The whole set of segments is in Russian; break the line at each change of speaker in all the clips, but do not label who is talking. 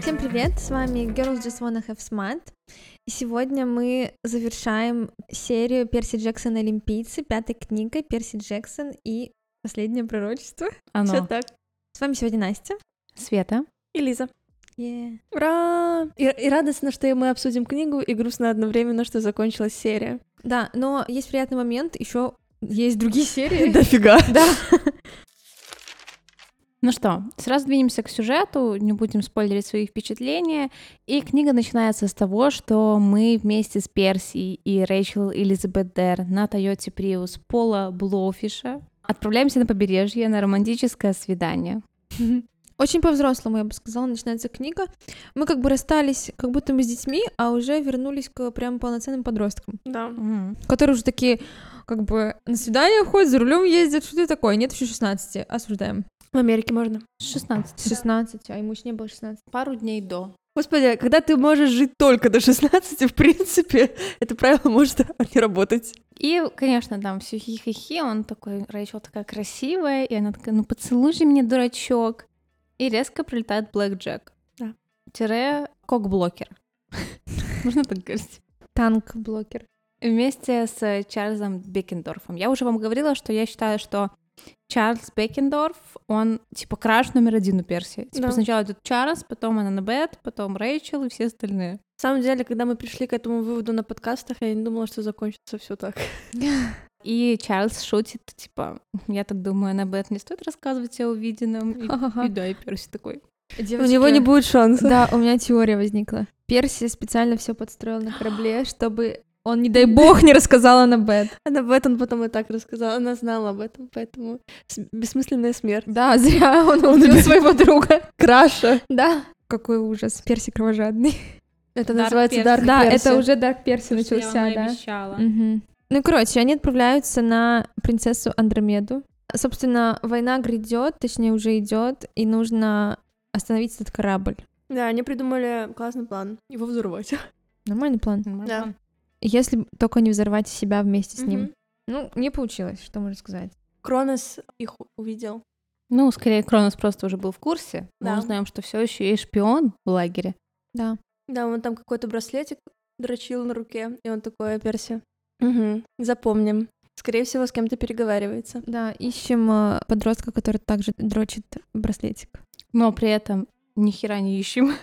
Всем привет, с вами Girls Just Wanna Have Smart. И сегодня мы завершаем серию Перси Джексон Олимпийцы, пятой книгой Перси Джексон и Последнее пророчество.
Оно.
так.
С вами сегодня Настя.
Света.
И Лиза.
Yeah.
Ура! И, и радостно, что мы обсудим книгу, и грустно одновременно, что закончилась серия.
Да, но есть приятный момент, еще есть другие серии.
Дофига.
Да.
Ну что, сразу двинемся к сюжету, не будем спойлерить свои впечатления. И книга начинается с того, что мы вместе с Перси и Рэйчел Элизабет Дэр на Тойоте Prius Пола Блофиша отправляемся на побережье на романтическое свидание.
Очень по-взрослому, я бы сказала, начинается книга. Мы как бы расстались, как будто мы с детьми, а уже вернулись к прям полноценным подросткам,
Да.
которые уже такие, как бы, на свидание ходят, за рулем ездят, что это такое? Нет еще 16, осуждаем.
В Америке можно.
С 16.
16, а ему еще не было 16.
Пару дней до.
Господи, когда ты можешь жить только до 16, в принципе, это правило может не работать.
И, конечно, там все хихихи, он такой, Рэйчел такая красивая, и она такая, ну поцелуй же меня, дурачок. И резко прилетает Блэк Джек.
Да.
Тире кокблокер. Можно так говорить?
Танк-блокер.
Вместе с Чарльзом Бекендорфом. Я уже вам говорила, что я считаю, что Чарльз Бекендорф, он типа краш номер один у Перси. Типа
Да.
сначала идет Чарльз, потом Аннабет, потом Рэйчел и все остальные.
На самом деле, когда мы пришли к этому выводу на подкастах, я не думала, что закончится все так.
И Чарльз шутит, типа, я так думаю, Аннабет не стоит рассказывать о увиденном. И И да, и Перси такой.
У него не будет шанса.
Да, у меня теория возникла. Перси специально все подстроил на корабле, чтобы он, не дай бог, не рассказал на Бет.
Она об этом потом и так рассказала. Она знала об этом, поэтому с- бессмысленная смерть.
Да, зря он убил своего друга.
Краша.
Да. Какой ужас. Перси кровожадный.
Это
Дарк
называется
Перси.
Дарк
Да, это
Перси.
уже Дарк Перси начался, да.
обещала.
Мгм. Ну, короче, они отправляются на принцессу Андромеду. Собственно, война грядет, точнее, уже идет, и нужно остановить этот корабль.
Да, они придумали классный план. Его взорвать.
Нормальный план.
Да.
Если б только не взорвать себя вместе с ним.
Мгм.
Ну, не получилось, что можно сказать.
Кронос их увидел.
Ну, скорее, Кронос просто уже был в курсе. Мы
Да.
узнаем, что все еще есть шпион в лагере.
Да.
Да, он там какой-то браслетик дрочил на руке, и он такой, Перси, угу, запомним. Скорее всего, с кем-то переговаривается.
Да, ищем э, подростка, который также дрочит браслетик.
Но при этом ни хера не ищем.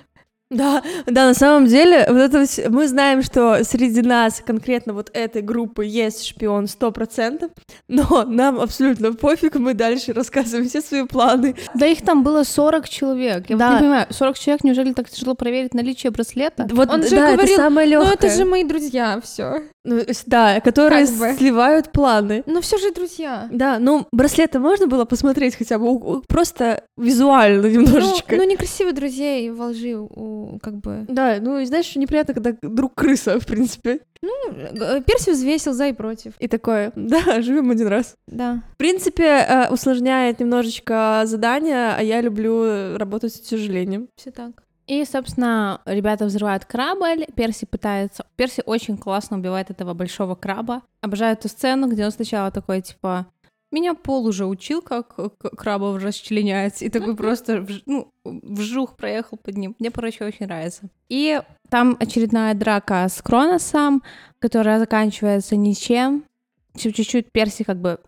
Да, да, на самом деле, вот это вс- мы знаем, что среди нас, конкретно вот этой группы, есть шпион 100%, но нам абсолютно пофиг, мы дальше рассказываем все свои планы.
Да их там было 40 человек. Я
Да.
вот не понимаю, 40 человек, неужели так тяжело проверить наличие браслета?
Вот,
Он же
да,
говорил,
это самое легкое.
Ну это же мои друзья, все.
да, которые
Как бы.
сливают планы.
Ну все же друзья.
Да, ну браслеты можно было посмотреть хотя бы у- у- просто визуально
Ну,
немножечко.
ну некрасивых друзей во лжи, у, как бы.
Да, ну и знаешь, неприятно, когда друг крыса, в принципе.
Ну, э, Перси взвесил за и против.
И такое, да, живем один раз.
Да.
В принципе, э, усложняет немножечко задание, а я люблю работать с утяжелением.
Все так.
И, собственно, ребята взрывают корабль, Перси пытается... Перси очень классно убивает этого большого краба. Обожаю эту сцену, где он сначала такой, типа... Меня Пол уже учил, как э, к- крабов расчленять, и такой просто вж- ну, вжух проехал под ним. Мне, короче, очень нравится. И там очередная драка с Кроносом, которая заканчивается ничем. Чу- Чуть-чуть Перси как бы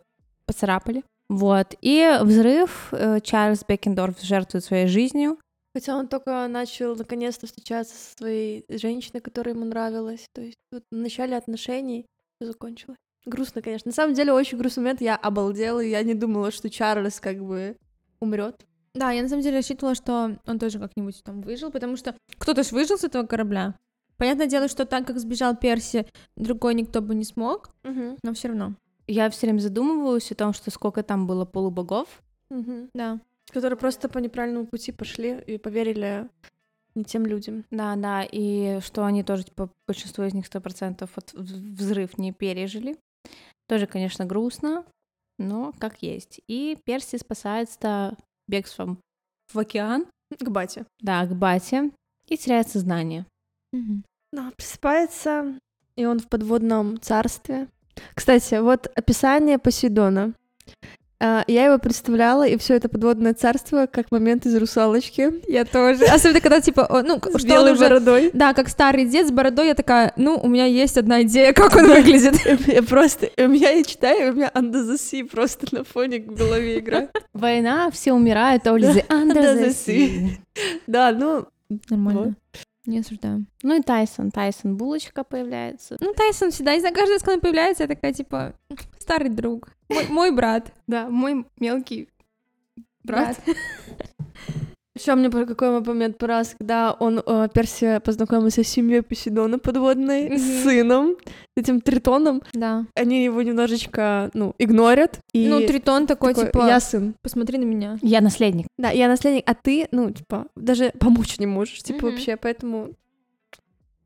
поцарапали. Вот. И взрыв. э, Чарльз Бекендорф жертвует своей жизнью.
Хотя он только начал наконец-то встречаться со своей женщиной, которая ему нравилась. То есть вот в начале отношений все закончилось. Грустно, конечно. На самом деле, очень грустный момент. Я обалдела, и я не думала, что Чарльз как бы умрет.
Да, я на самом деле рассчитывала, что он тоже как-нибудь там выжил, потому что кто-то ж выжил с этого корабля. Понятное дело, что так как сбежал Перси, другой никто бы не смог, но все равно.
Я все время задумываюсь о том, что сколько там было полубогов.
Да.
Которые просто по неправильному пути пошли и поверили не тем людям.
Да, да, и что они тоже, типа, большинство из них 100% от в- взрыв не пережили. Тоже, конечно, грустно, но как есть. И Перси спасается бегством в океан,
К бате.
да, к бате, и теряет сознание.
Да, Ну, а просыпается, и он в подводном царстве. Кстати, вот описание Посейдона. А, Я его представляла, и все это подводное царство, как момент из «Русалочки».
Я тоже. Особенно, когда, типа, о, ну, к-
С
что он
белой
уже...
бородой.
Да, как старый дед с бородой, я такая, ну, у меня есть одна идея, как он выглядит.
Я просто, у меня я читаю, и у меня «Under the Sea» просто на фоне в голове играет.
Война, все умирают, а у Лизы under
the
the
sea».
sea.
Да, ну, Вот.
Нормально. Не осуждаю.
Ну и Тайсон, Тайсон, булочка появляется.
Ну, Тайсон всегда, из-за каждый раз, когда он появляется, я такая, типа, старый друг, мой, мой брат.
Да, мой мелкий брат.
Еще мне про какой момент раз, когда он э, Персия познакомился с семьей Посейдона подводной, с
Мгм.
сыном, с этим тритоном.
Да.
Они его немножечко, ну, игнорят. И
Ну, Тритон такой,
такой,
типа,
я сын.
посмотри на меня.
Я наследник.
Да, я наследник, а ты, ну, типа, даже помочь не можешь, типа,
Мгм.
вообще, поэтому...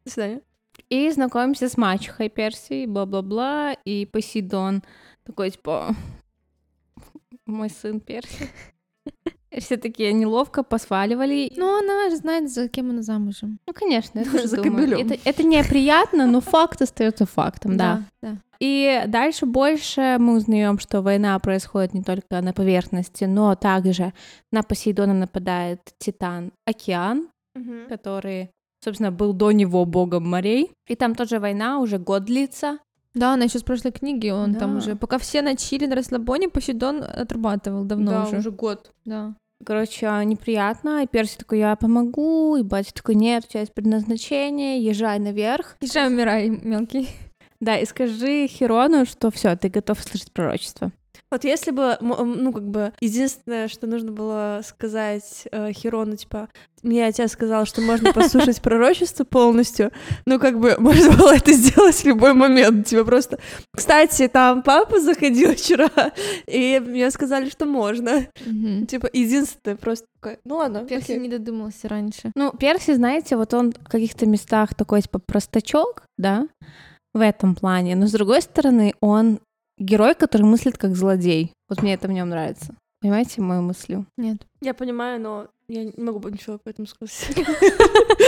До свидания.
И знакомимся с мачехой Персии, бла-бла-бла, и Посейдон такой, типа, мой сын Персии. И Все такие неловко посваливали. Ну,
Ну, она же знает, за кем она замужем.
ну, конечно, это
Даже
же
за
думаю.
кобелем.
Это, это неприятно, но факт остается фактом, да.
Да.
И дальше больше мы узнаем, что война происходит не только на поверхности, но также на Посейдона нападает Титан Океан, который, собственно, был до него богом морей. И там тоже война уже год длится.
Да, она еще с прошлой книги, он там
Да.
уже, пока все на чили, на расслабоне, Посейдон отрабатывал давно
Да,
уже.
уже год.
Да.
Короче, а, неприятно. И Перси такой, я помогу. И батя такой, нет, у тебя есть предназначение, езжай наверх.
Езжай, умирай, мелкий.
Да, и скажи Херону, что все, ты готов слышать пророчество.
Вот если бы, м- м, ну, как бы, единственное, что нужно было сказать э, Херону, типа, мне отец сказал, что можно послушать пророчество полностью, ну, как бы, можно было это сделать в любой момент, типа, просто... Кстати, там папа заходил вчера, и мне сказали, что можно. Типа, единственное, просто такое, ну, ладно,
Перси
окей.
не додумался раньше.
Ну, Перси, знаете, вот он в каких-то местах такой, типа, простачок, да, в этом плане. Но, с другой стороны, он герой, который мыслит как злодей. Вот мне это в нем нравится. Понимаете мою мыслю?
Нет.
Я понимаю, но я не могу ничего по этому сказать.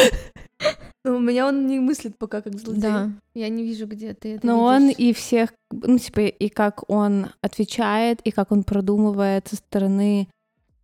У меня он не мыслит пока как злодей.
Да. Я не вижу, где ты это
Но Ну, он
видишь.
и всех, ну, типа, и как он отвечает, и как он продумывает со стороны,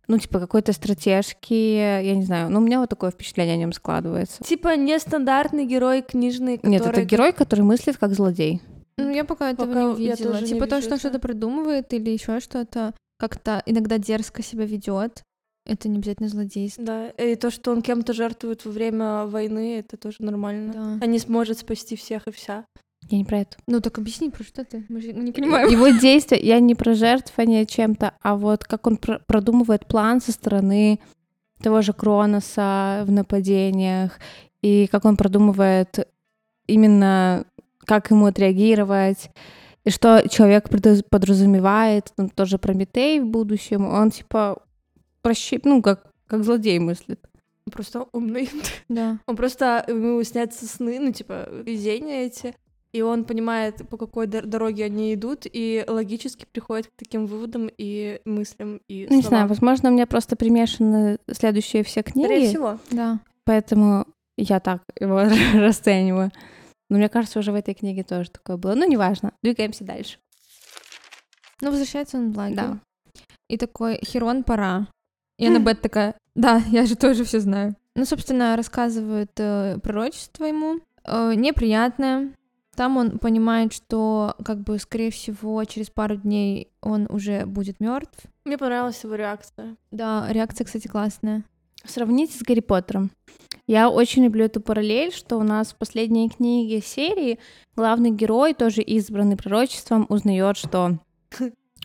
ну, типа, какой-то стратежки, я не знаю. Ну, у меня вот такое впечатление о нем складывается.
Типа нестандартный герой книжный, который...
Нет, это герой, который мыслит как злодей.
Ну, я пока этого
Пока
не
я
видела.
тоже не
типа то,
вижу
что он
этого.
что-то придумывает или еще что-то, как-то иногда дерзко себя ведет. Это не обязательно злодейство.
Да, и то, что он кем-то жертвует во время войны, это тоже нормально.
Да.
А не сможет спасти всех и вся.
Я не про это.
Ну так объясни, про что ты? Мы же
Э,
не понимаем.
Его действия, я не про жертвование чем-то, а вот как он про- продумывает план со стороны того же Кроноса в нападениях, и как он продумывает именно, как ему отреагировать, и что человек предо- подразумевает, там тоже Прометей в будущем, он типа прощи, ну, как, как злодей мыслит.
Он просто умный.
Да.
Он просто, у него снятся сны, ну, типа, видения эти. И он понимает, по какой дор- дороге они идут, и логически приходит к таким выводам и мыслям, и
Ну, не знаю,
словам.
возможно, у меня просто примешаны следующие все книги.
Скорее всего.
Да.
Поэтому я так его расцениваю. Но мне кажется, уже в этой книге тоже такое было. Ну, неважно. Двигаемся дальше.
Ну, возвращается он в лагерь.
Да.
И такой, Херон, пора. И Аннабет такая, да, я же тоже все знаю. Ну, собственно, рассказывают э, пророчество ему. э, неприятное. Там он понимает, что, как бы, скорее всего, через пару дней он уже будет мертв.
Мне понравилась его реакция.
Да, реакция, кстати, классная.
Сравните с Гарри Поттером. Я очень люблю эту параллель, что у нас в последней книге серии главный герой, тоже избранный пророчеством, узнает, что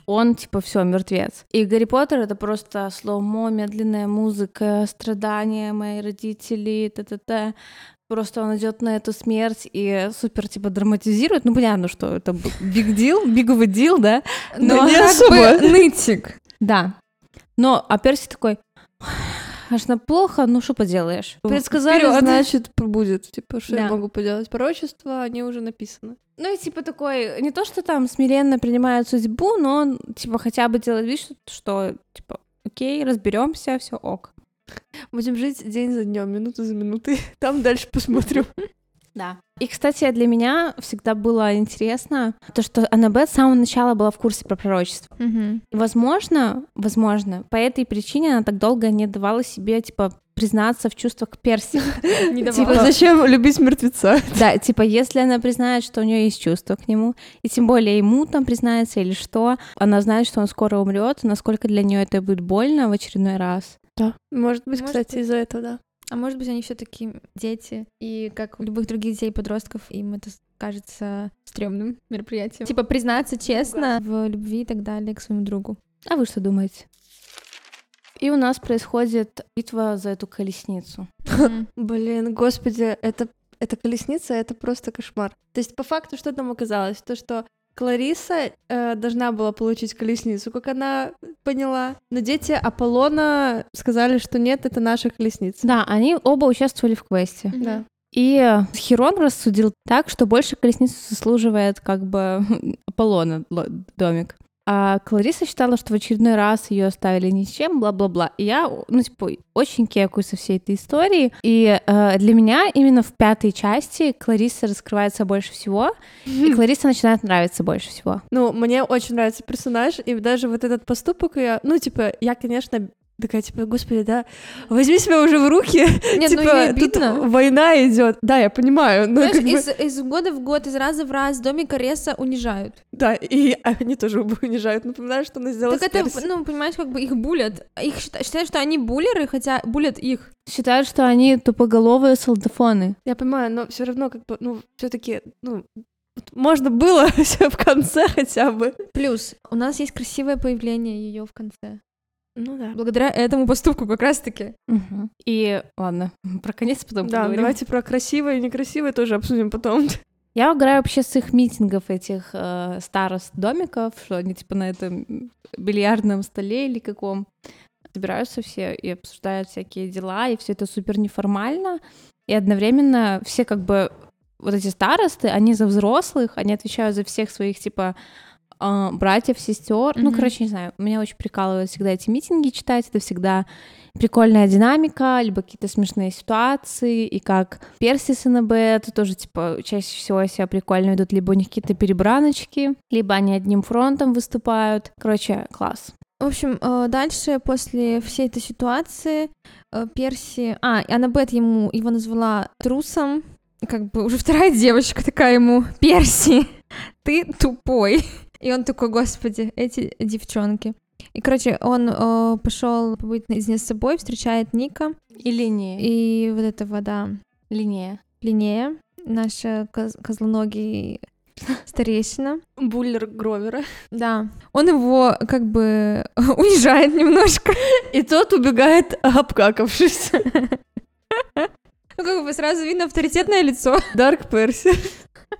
он, типа, все, мертвец. И Гарри Поттер — это просто слоумо, медленная музыка, страдания мои родители, т-т-т. Просто он идет на эту смерть и супер, типа, драматизирует. Ну, понятно, что это биг дил, биговый дил, да? Но
Ну,
не
как
особо.
бы нытик.
Да. Но, а Перси такой, аж на плохо, ну что поделаешь?
Предсказали,
Вперёд.
значит, будет. Типа, что я
Да.
могу поделать? Пророчества, они уже написаны.
Ну и типа такой, не то, что там смиренно принимает судьбу, но он, типа хотя бы делает вид, что, что, типа, окей, разберемся, все ок.
Будем жить день за днем, минуту за минутой. Там дальше посмотрим.
Да. И, кстати, для меня всегда было интересно то, что Аннабет с самого начала была в курсе про пророчество.
Мгм.
И, возможно, возможно, по этой причине она так долго не давала себе, типа, признаться в чувствах к Перси.
Не
Типа,
давала.
зачем любить мертвеца?
Да, типа, если она признает, что у нее есть чувство к нему, и тем более ему там признается или что, она знает, что он скоро умрет, насколько для нее это будет больно в очередной раз.
Да. Может быть,
Может
кстати, из-за этого, да.
А может быть, они все таки дети, и как у любых других детей и подростков, им это с- кажется стрёмным мероприятием. Типа признаться честно в любви и так далее к своему другу.
А вы что думаете? И у нас происходит битва за эту колесницу.
Мгм.
Блин, господи, это, это колесница, это просто кошмар. То есть, по факту, что там оказалось? То, что Клариса э, должна была получить колесницу, как она поняла. Но дети Аполлона сказали, что нет, это наша колесница.
Да, они оба участвовали в квесте.
Да.
И Херон рассудил так, что больше колесницу заслуживает как бы Аполлона ло- домик. А Клариса считала, что в очередной раз ее оставили ни с чем, бла-бла-бла. И я, ну, типа, очень кекую со всей этой истории. И э, для меня именно в пятой части Клариса раскрывается больше всего, и Клариса начинает нравиться больше всего.
Ну, мне очень нравится персонаж, и даже вот этот поступок я... Ну, типа, я, конечно, такая, типа, господи, да, возьми себя уже в руки.
Нет, ну
типа,
и обидно.
тут война идет. Да, я понимаю, но
Знаешь,
как бы-
из, из года в год, из раза в раз домика Реса унижают.
Да, и они тоже унижают. Напоминаю, что она сделала
так это,
с Перси.
ну, понимаешь, как бы их булят. Их счита- считают, что они буллеры, хотя булят их.
Считают, что они тупоголовые солдафоны.
Я понимаю, но все равно, как бы, ну, все-таки, ну, вот можно было все в конце хотя бы.
Плюс, у нас есть красивое появление ее в конце.
Ну да.
Благодаря этому поступку как раз-таки.
И ладно, про конец потом
Да,
поговорим.
давайте про красивое и некрасивое тоже обсудим потом.
Я играю вообще с их митингов этих э, старост домиков, что они типа на этом бильярдном столе или каком собираются все и обсуждают всякие дела, и все это супер неформально. И одновременно все как бы вот эти старосты, они за взрослых, они отвечают за всех своих типа э, братьев, сестер. Ну,
Мгм.
короче, не знаю, меня очень прикалывают всегда эти митинги читать, это всегда прикольная динамика, либо какие-то смешные ситуации, и как Перси с Иннабет тоже, типа, чаще всего себя прикольно ведут, либо у них какие-то перебраночки, либо они одним фронтом выступают. Короче, класс.
В общем, э, дальше после всей этой ситуации э, Перси... А, и Аннабет ему его назвала трусом. Как бы уже вторая девочка такая ему. Перси, ты тупой. И он такой, господи, эти девчонки. И, короче, он пошел побыть наедине с собой, встречает Ника
И линии.
и вот этого, да,
Линия.
Линея, наша коз- козлоногий старейшина.
Буллер Гровера.
Да, он его как бы унижает немножко.
И тот убегает, обкакавшись.
Ну, как бы сразу видно авторитетное лицо.
Дарк Перси.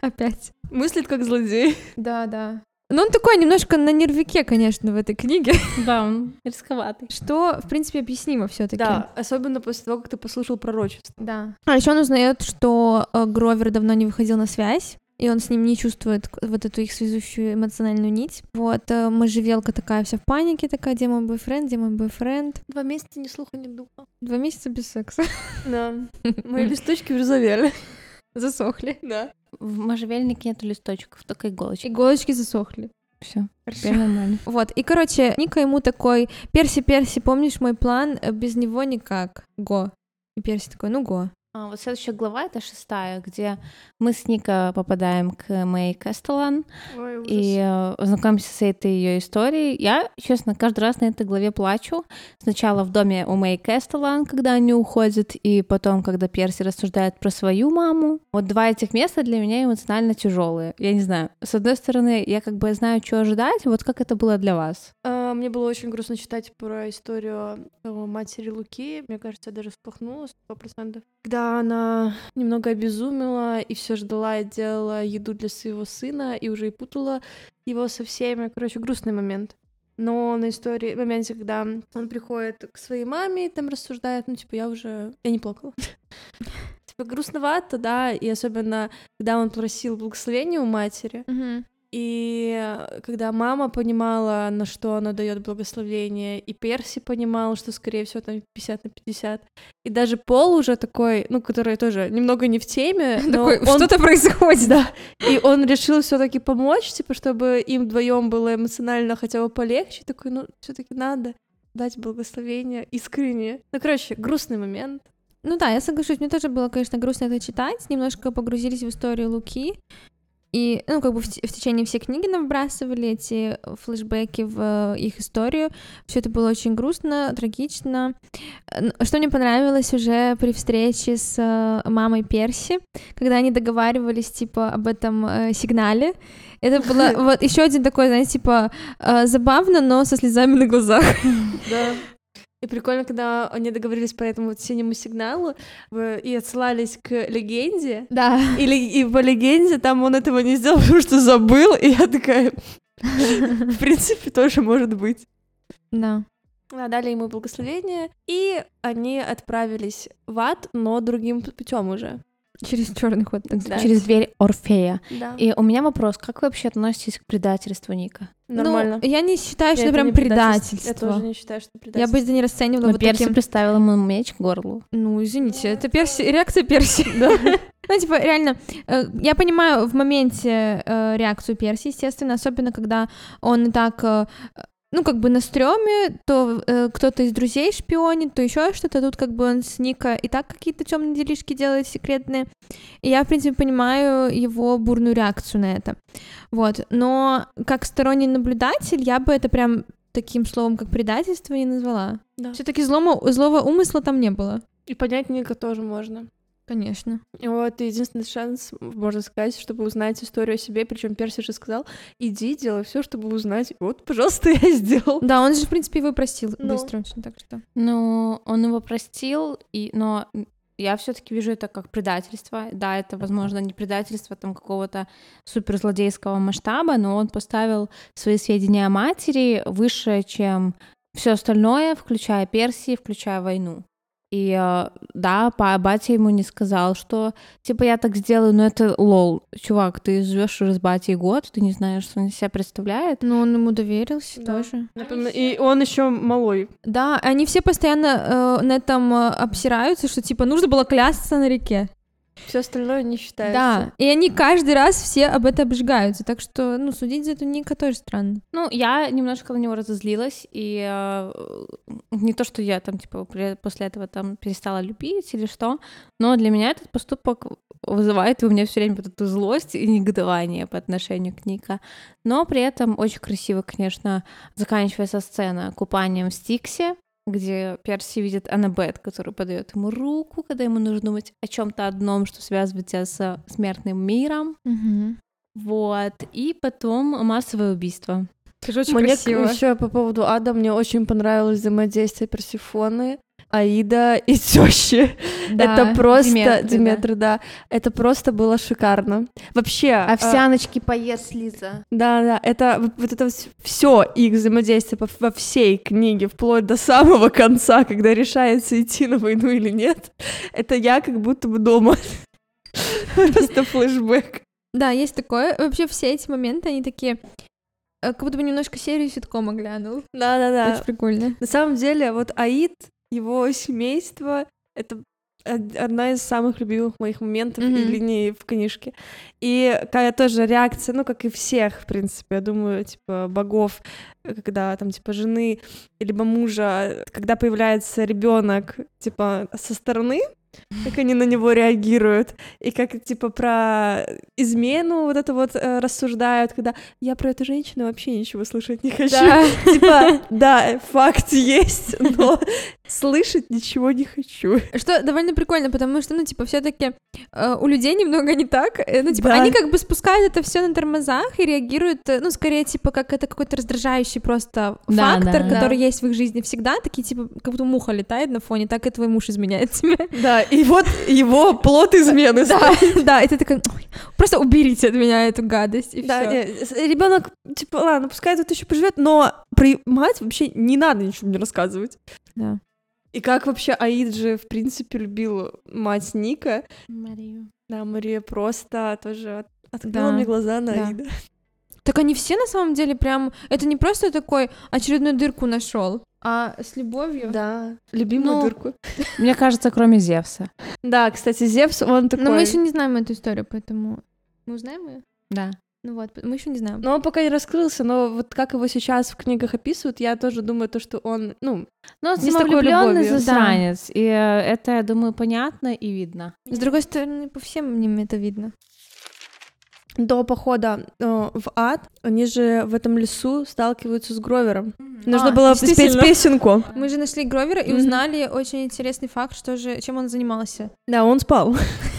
Опять.
Мыслит как злодей.
Да, да. Но он такой немножко на нервике, конечно, в этой книге,
Да, он рисковатый.
что, в принципе, объяснимо все таки
Да, особенно после того, как ты послушал пророчество.
Да. А еще он узнает, что э, Гровер давно не выходил на связь, и он с ним не чувствует к- вот эту их связующую эмоциональную нить. Вот, э, можжевелка такая вся в панике, такая, где мой бойфренд, где мой бойфренд.
Два месяца ни слуха, ни духа.
Два месяца без секса.
Да. Мои листочки прозовели.
Засохли.
Да.
В можжевельнике нету листочков, только иголочки.
Иголочки засохли.
Все,
Хорошо.
теперь нормально.
Вот, и, короче, Ника ему такой, Перси, Перси, помнишь мой план? Э, Без него никак. Го. И Перси такой, ну го.
А, вот следующая глава это шестая, где мы с Ника попадаем к Мэй Кастелан
Ой,
и э, знакомимся с этой ее историей. Я, честно, каждый раз на этой главе плачу. Сначала в доме у Мэй Кэстелан, когда они уходят, и потом, когда Перси рассуждает про свою маму. Вот два этих места для меня эмоционально тяжелые. Я не знаю. С одной стороны, я как бы знаю, что ожидать. Вот как это было для вас?
А, Мне было очень грустно читать про историю э, матери Луки. Мне кажется, я даже всплохнула сто процентов. Когда она немного обезумела и все ждала и делала еду для своего сына, и уже и путала его со всеми. Короче, грустный момент. Но на истории, в моменте, когда он приходит к своей маме и там рассуждает, ну, типа, я уже... Я не плакала. Типа, грустновато, да, и особенно, когда он просил благословения у матери, И э, когда мама понимала, на что она дает благословение, и Перси понимал, что, скорее всего, там 50 на 50. И даже Пол уже такой, ну, который тоже немного не в теме, но
Такой,
он
что-то происходит.
Да. И он решил все-таки помочь, типа, чтобы им вдвоем было эмоционально хотя бы полегче. Такой, ну, все-таки надо дать благословение искренне. Ну, короче, грустный момент.
Ну да, я соглашусь, мне тоже было, конечно, грустно это читать, немножко погрузились в историю Луки, и, ну, как бы в, те- в течение всей книги нам вбрасывали эти флешбеки в э, их историю, все это было очень грустно, трагично. Э, н- Что мне понравилось уже при встрече с э, мамой Перси, когда они договаривались, типа, об этом э, сигнале, это было вот еще один такой, знаете, типа, э, забавно, но со слезами на глазах.
Да. И прикольно, когда они договорились по этому вот синему сигналу в- и отсылались к легенде.
Да.
И, ле- и по легенде там он этого не сделал, потому что забыл. И я такая, в принципе, тоже может быть.
Да.
Да, А дали ему благословение, и они отправились в ад, но другим путем уже.
Через черный ход, так
Да.
сказать.
Через дверь Орфея.
Да.
И у меня вопрос, как вы вообще относитесь к предательству Ника?
Нормально.
Ну, я не считаю, что это прям
не предательство.
предательство.
Я тоже не считаю, что
Я бы
предательство.
это не расценивала
Но
Ну, вот
Перси
таким...
приставил ему меч к горлу.
Ну, извините, это перси... реакция перси. Ну, типа, реально, э, я понимаю в моменте э, реакцию перси, естественно, особенно когда он и так... э, ну, как бы на стреме, то э, кто-то из друзей шпионит, то еще что-то. Тут как бы он с Ника и так какие-то темные делишки делает секретные. И я, в принципе, понимаю его бурную реакцию на это. Вот. Но как сторонний наблюдатель я бы это прям таким словом, как предательство, не назвала.
Да.
Все-таки злого, злого умысла там не было.
И понять Ника тоже можно.
Конечно.
И вот единственный шанс, можно сказать, чтобы узнать историю о себе. Причем Перси же сказал: иди, делай все, чтобы узнать. Вот, пожалуйста, я сделал.
Да, он же, в принципе, его простил
Ну.
быстро очень, так что...
Ну, он его простил, и, но я все-таки вижу это как предательство. Да, это, возможно, не предательство там какого-то суперзлодейского масштаба, но он поставил свои сведения о матери выше, чем все остальное, включая Персии, включая войну. И э, да, па- батя ему не сказал, что типа я так сделаю, но это лол. Чувак, ты живешь уже с батей год, ты не знаешь, что он из себя представляет.
Но он ему доверился
Да.
тоже.
Напоминаю, И он еще малой.
Да, они все постоянно э, на этом э, обсираются, что, типа, нужно было клясться на реке.
Все остальное не считается.
Да, и они каждый раз все об этом обжигаются, так что, ну, судить за эту Ника тоже странно.
Ну, я немножко на него разозлилась, и э, не то, что я там, типа, при- после этого там перестала любить или что, но для меня этот поступок вызывает у меня все время вот эту злость и негодование по отношению к Ника. Но при этом очень красиво, конечно, заканчивается сцена купанием в Стиксе, где Перси видит Аннабет, которая подает ему руку, когда ему нужно думать о чем-то одном, что связывает тебя с смертным миром. Вот. И потом массовое убийство.
Тоже очень
Мне
красиво.
еще по поводу ада мне очень понравилось взаимодействие Персифоны, Аида и тещи.
Да,
это просто
Диметры,
Диметра,
да.
да. Это просто было шикарно. Вообще. э,
А Овсяночки поест Лиза.
да, да. Это вот- вот это все их взаимодействие по- во всей книге вплоть до самого конца, когда решается идти на войну или нет. Это я как будто бы дома. Просто флешбэк.
Да, есть такое. Вообще все эти моменты, они такие... э, Как будто бы немножко серию ситкома глянул.
Да, да, да.
Очень прикольно.
На самом деле, вот Аид, его семейство, это од- одна из самых любимых моих моментов и
Мгм.
линий в книжке. И какая тоже реакция, ну, как и всех, в принципе, я думаю, типа, богов, э, когда там, типа, жены, либо мужа, когда появляется ребенок, типа, со стороны, как они на него реагируют, и как, типа, про измену вот это вот э, рассуждают, когда я про эту женщину вообще ничего слышать не хочу. Типа, да, факт есть, но слышать ничего не хочу.
Что довольно прикольно, потому что, ну, типа, все-таки у людей немного не так. Э, Ну, типа,
Да.
они как бы спускают это все на тормозах и реагируют, э, ну, скорее, типа, как это какой-то раздражающий просто
Да,
фактор,
да.
который есть в их жизни всегда. Такие, типа, как будто муха летает на фоне, так и твой муж изменяет тебе.
Да, и вот его плод измены.
Да, да, и ты такая, «Ой, просто уберите от меня эту гадость, и
Да, э.
всё».
ребенок, типа, ладно, пускай тут еще поживет, но при мать вообще не надо ничего мне рассказывать.
Да.
И как вообще Аид же, в принципе, любил мать Ника. Да, Мария просто тоже от- открыла
Да,
мне глаза на
да.
Аида.
Так они все на самом деле прям... Это не просто такой очередную дырку нашел, а с любовью.
Да, любимую
Ну,
дырку.
Мне кажется, кроме Зевса.
Да, кстати, Зевс, он такой...
Но мы еще не знаем эту историю, поэтому... Мы узнаем ее?
Да.
Ну вот, мы еще не знаем.
Но он пока не раскрылся, но вот как его сейчас в книгах описывают, я тоже думаю, то, что он, ну,
Ну, он
Не с такой
самовлюблённый
любовью.
засранец. И э, это, я думаю, понятно и видно.
С другой стороны, по всем ним это видно.
до похода э, в ад, они же в этом лесу сталкиваются с Гровером. Нужно
А,
было спеть
действительно.
песенку.
А. Мы же нашли Гровера и
Мгм.
узнали очень интересный факт, что же, чем он занимался.
Да, он спал.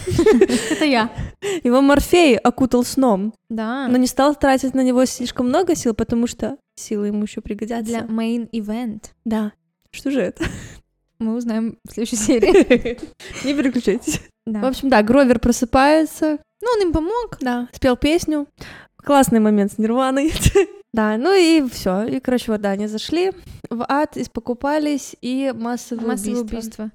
Это я.
Его Морфей окутал сном,
Да.
но не стал тратить на него слишком много сил, потому что силы ему еще пригодятся.
Для main event.
Да. Что же это?
Мы узнаем в следующей серии.
Не переключайтесь. В
Да.
общем, да, Гровер просыпается,
Ну, он им помог.
да, спел песню. Классный момент с Нирваной. Да, ну и все. И, короче, вот, да, они зашли в ад, испокупались, и массовое,
Массовое
убийство.
убийство.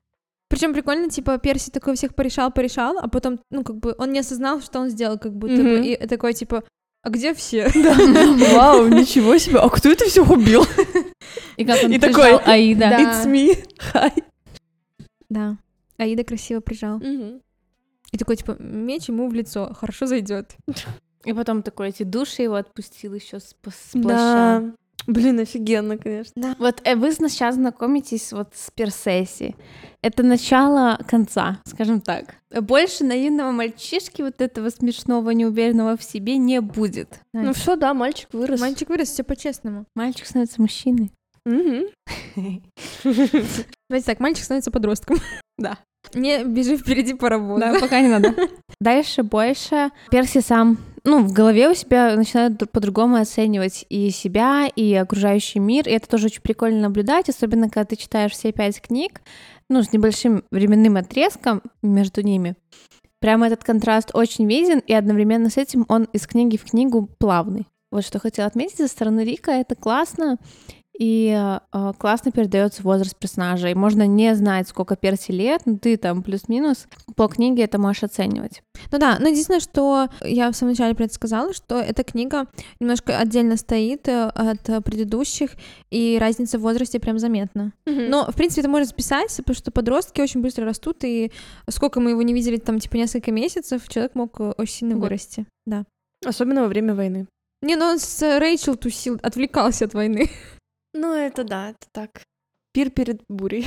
Причем прикольно, типа, Перси такой всех порешал, порешал, а потом, ну, как бы, он не осознал, что он сделал, как будто бы,
Мгм.
и такой, типа, а где все?
Вау, ничего себе, а кто это всех убил?
И как он
И такой,
прижал Аида.
Да.
It's me. Hi.
Да. Аида красиво прижал. И такой, типа, меч ему в лицо, хорошо зайдет.
И потом такой, эти души его отпустил еще с, п- с плаща.
Да. Блин, офигенно, конечно.
Вот э, вы сейчас знакомитесь вот с Персеси. Это начало конца, скажем так. Больше наивного мальчишки вот этого смешного, неуверенного в себе не будет.
Ну все, да, мальчик вырос.
Мальчик вырос, все по-честному.
Мальчик становится мужчиной.
Мгм.
Давайте так, мальчик становится подростком.
Да.
Не бежи впереди паровоза.
Да, пока не надо. Дальше больше Перси сам, ну, в голове у себя начинает дру- по-другому оценивать и себя, и окружающий мир. И это тоже очень прикольно наблюдать, особенно когда ты читаешь все пять книг, ну, с небольшим временным отрезком между ними. Прямо этот контраст очень виден, и одновременно с этим он из книги в книгу плавный. Вот что хотела отметить со стороны Рика, это классно, и э, классно передается возраст персонажей. Можно не знать, сколько Перси лет, но ты там плюс-минус по книге это можешь оценивать.
Ну да, но единственное, что я в самом начале про это сказала, что эта книга немножко отдельно стоит э, от э, предыдущих, и разница в возрасте прям заметна.
Ну,
Но, в принципе, это можно списать, потому что подростки очень быстро растут, и сколько мы его не видели, там, типа, несколько месяцев, человек мог э, очень сильно
Год.
вырасти. Да.
Особенно во время войны.
Не, ну он с э, Рэйчел тусил, отвлекался от войны.
Ну это да, это так. Пир перед бурей.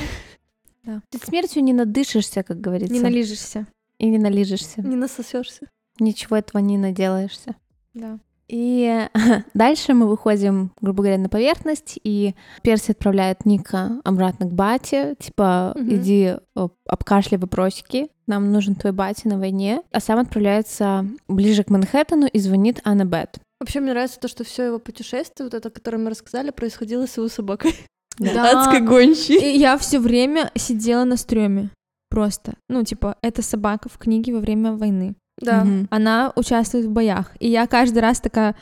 Ты смертью не надышишься, как говорится.
Не налижешься.
И не налижешься.
Не насосешься.
Ничего этого не наделаешься.
Да.
И дальше мы выходим, грубо говоря, на поверхность, и Перси отправляет Ника обратно к Бате, типа,
Мгм.
иди э, обкашляй вопросики, нам нужен твой Бати на войне. А сам отправляется ближе к Манхэттену и звонит Аннабет.
Вообще мне нравится то, что все его путешествие, вот это, которое мы рассказали, происходило с его собакой.
Да.
Адской гончей.
И я все время сидела на стреме. Просто. Ну, типа, это собака в книге во время войны.
Да.
Мгм.
Она участвует в боях. И я каждый раз такая,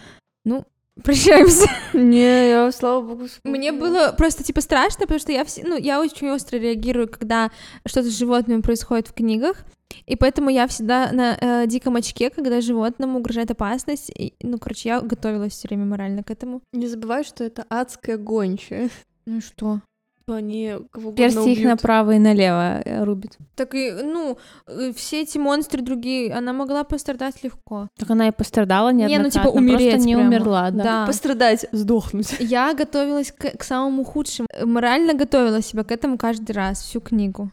ну, прощаемся.
Не, я, слава богу,
Мне было просто, типа, страшно, потому что я, вс- ну, я очень остро реагирую, когда что-то с животными происходит в книгах. И поэтому я всегда на э, диком очке, когда животному угрожает опасность. И, ну, короче, я готовилась все время морально к этому.
Не забывай, что это адская гончая.
Ну что?
Что Они кого угодно
Перси их
убьют.
направо и налево э, рубит.
Так и, ну, э, все эти монстры другие, она могла пострадать легко.
Так она и пострадала неоднократно,
типа, умереть
просто не
прямо.
умерла, да.
А.
Да.
Пострадать, сдохнуть.
Я готовилась к, к самому худшему. Э, Морально готовила себя к этому каждый раз, всю книгу.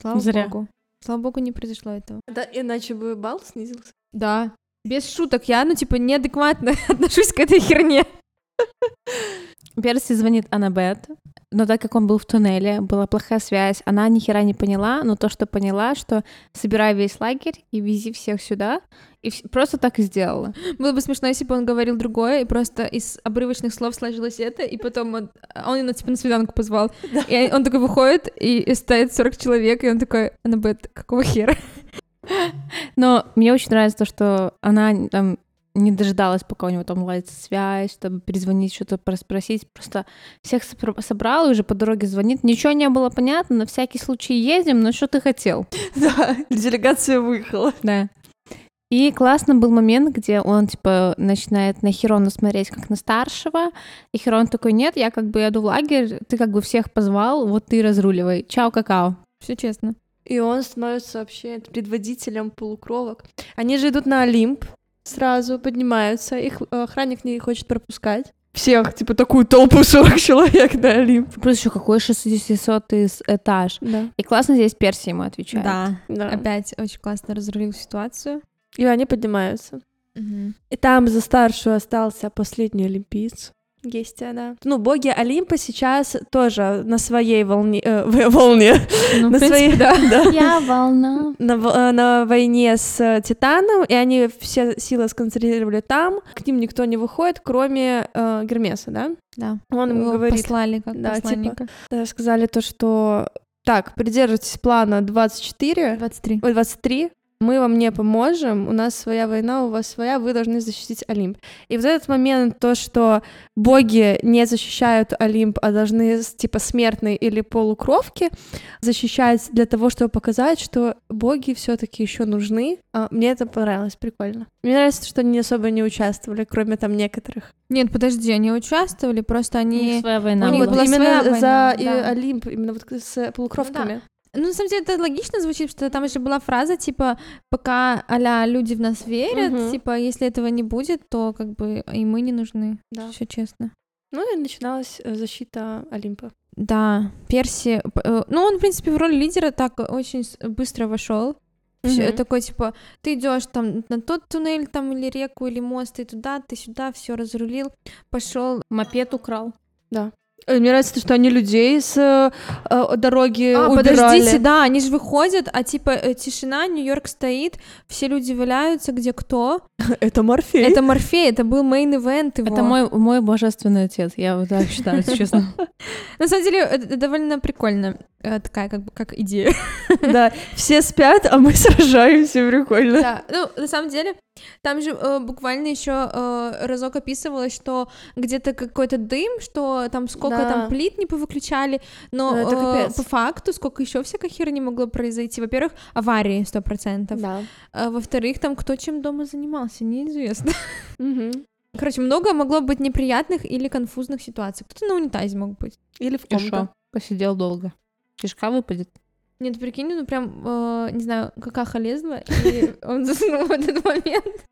Слава
Зря.
богу. Слава богу, не произошло этого.
Да, иначе бы балл снизился.
Да. Без шуток, я, ну, типа, неадекватно отношусь к этой херне.
Перси звонит Аннабет, но так как он был в туннеле, была плохая связь, она ни хера не поняла, но то, что поняла, что собирай весь лагерь и вези всех сюда, и вс- просто так и сделала.
Было бы смешно, если бы он говорил другое, и просто из обрывочных слов сложилось это, и потом он, а он её, типа, на свиданку позвал. И он такой выходит, и, и стоит 40 человек, и он такой, Аннабет, какого хера?
Но мне очень нравится то, что она н- там не дожидалась, пока у него там ладится связь, чтобы перезвонить, что-то проспросить, просто всех сопро- собрала, и уже по дороге звонит, ничего не было понятно, на всякий случай ездим, но что ты хотел?
Да, делегация выехала.
Да. И классно был момент, где он, типа, начинает на Херона смотреть как на старшего, и Херон такой, нет, я как бы иду в лагерь, ты как бы всех позвал, вот ты разруливай. Чао, какао.
Все честно.
И он становится вообще предводителем полукровок. Они же идут на Олимп, сразу поднимаются, их э, охранник не хочет пропускать. Всех, типа, такую толпу 40 человек на Олимп.
Плюс еще какой 600 этаж.
Да.
И классно здесь Перси ему отвечает.
Да.
да.
Опять очень классно разрулил ситуацию.
И они поднимаются. И там за старшую остался последний олимпиец. Есть
э,
она. Ну, боги Олимпа сейчас тоже на своей волне... э, в- волне.
Ну, в
на
принципе,
своей... Да, да.
Я волна.
на, в- э, на войне с э, Титаном, и они все силы сконцентрировали там. К ним никто не выходит, кроме э, Гермеса, да?
да.
Он им
Его
говорит,
Послали как
Да, типа,
посланника.
э, сказали то, что так, придерживайтесь плана 24,
23.
ой, 23, мы вам не поможем, у нас своя война, у вас своя, вы должны защитить Олимп. И вот этот момент, то, что боги не защищают Олимп, а должны, с- типа, смертные или полукровки защищать для того, чтобы показать, что боги все таки еще нужны. А, мне это понравилось, прикольно. Мне нравится, что они особо не участвовали, кроме там некоторых.
Нет, подожди, они участвовали, просто они...
Своя война.
у них
была.
Вот
была
именно
своя война,
за э,
да.
Олимп, именно вот с полукровками.
Ну, на самом деле, это логично звучит, что там еще была фраза, типа, пока а люди в нас верят,
Мгм.
типа, если этого не будет, то как бы и мы не нужны.
Да.
Все честно.
Ну и начиналась э, защита Олимпа.
Да, Перси. п- э, Ну, он, в принципе, в роли лидера так очень с- быстро вошел. Всё,
Мгм.
Такой, типа, ты идешь там на тот туннель, там, или реку, или мост, ты туда, ты сюда, все разрулил, пошел.
Мопед украл.
Э, Мне нравится, то, что они людей с э, э, дороги
А,
убирали.
подождите, да, они же выходят, а типа э, тишина, Нью-Йорк стоит, все люди валяются, где кто.
Это Морфей.
Это Морфей, это был мейн-эвент его.
Это мой, мой божественный отец, я вот так считаю, если честно.
На самом деле, э, это это довольно прикольно, э, такая как бы как идея.
Да, все спят, а мы сражаемся, прикольно.
Да, ну, на самом деле, там же э, буквально еще э, разок описывалось, что где-то какой-то дым, что там сколько
Да.
там плит не повыключали, но
Ну, это
э,
капец.
по факту сколько еще всякой херни могло произойти. Во-первых, аварии 100%.
Да.
А во-вторых, там кто чем дома занимался, неизвестно.
Мгм.
Короче, много могло быть неприятных или конфузных ситуаций. Кто-то на унитазе мог быть.
Или в
И
комнате.
шо? Посидел долго. Кишка выпадет.
Нет, прикинь, ну прям, э, не знаю, какаха лезла, и он заснул в этот момент.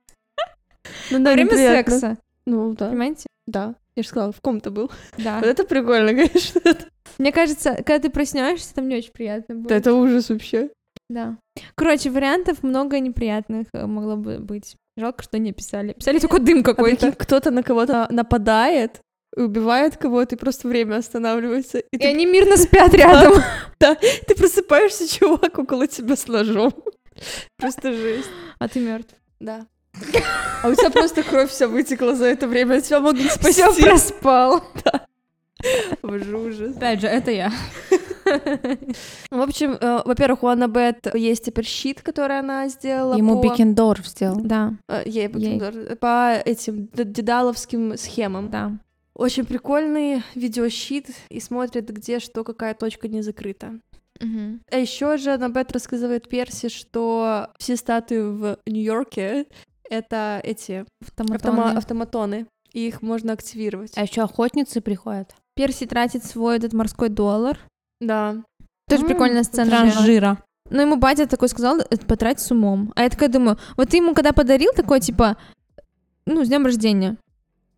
Ну, да,
Во время
неприятно.
секса,
Ну да,
понимаете? А.
да. Я же сказала, в комнате был.
Да.
Вот это прикольно, конечно.
Мне кажется, когда ты проснешься, там не очень приятно будет.
Да, это ужас вообще.
Да. Короче, вариантов много неприятных э, могло бы быть. Жалко, что не писали. Писали только дым
А прикинь,
какой-то.
кто-то на кого-то нападает, и убивает кого-то, и просто время останавливается. И
И
ты, А?
они мирно спят рядом.
ты просыпаешься, чувак, около тебя с ножом. Просто жесть.
А ты мертв.
Да. А у тебя просто кровь вся вытекла за это время, тебя могли спасти.
Все проспал.
Боже, ужас.
Опять же, это я.
В общем, э, во-первых, у Аннабет есть теперь щит, который она сделала.
Ему
по...
Бекендорф сделал.
Да,
э, ей Бекендор- По этим д- дедаловским схемам.
да.
Очень прикольный видеощит и смотрит, где что, какая точка не закрыта.
Мгм.
А еще же Аннабет рассказывает Перси, что все статуи в Нью-Йорке — это эти автома-
Автоматоны.
автоматоны, и их можно активировать.
А еще охотницы приходят.
Перси тратит свой этот морской доллар.
Да.
Тоже
М,
прикольная сцена. была.
Транжира.
Но ему батя такой сказал, «Э, потрать с умом. А я такая думаю, вот ты ему когда подарил, такой типа, ну, с днем рождения.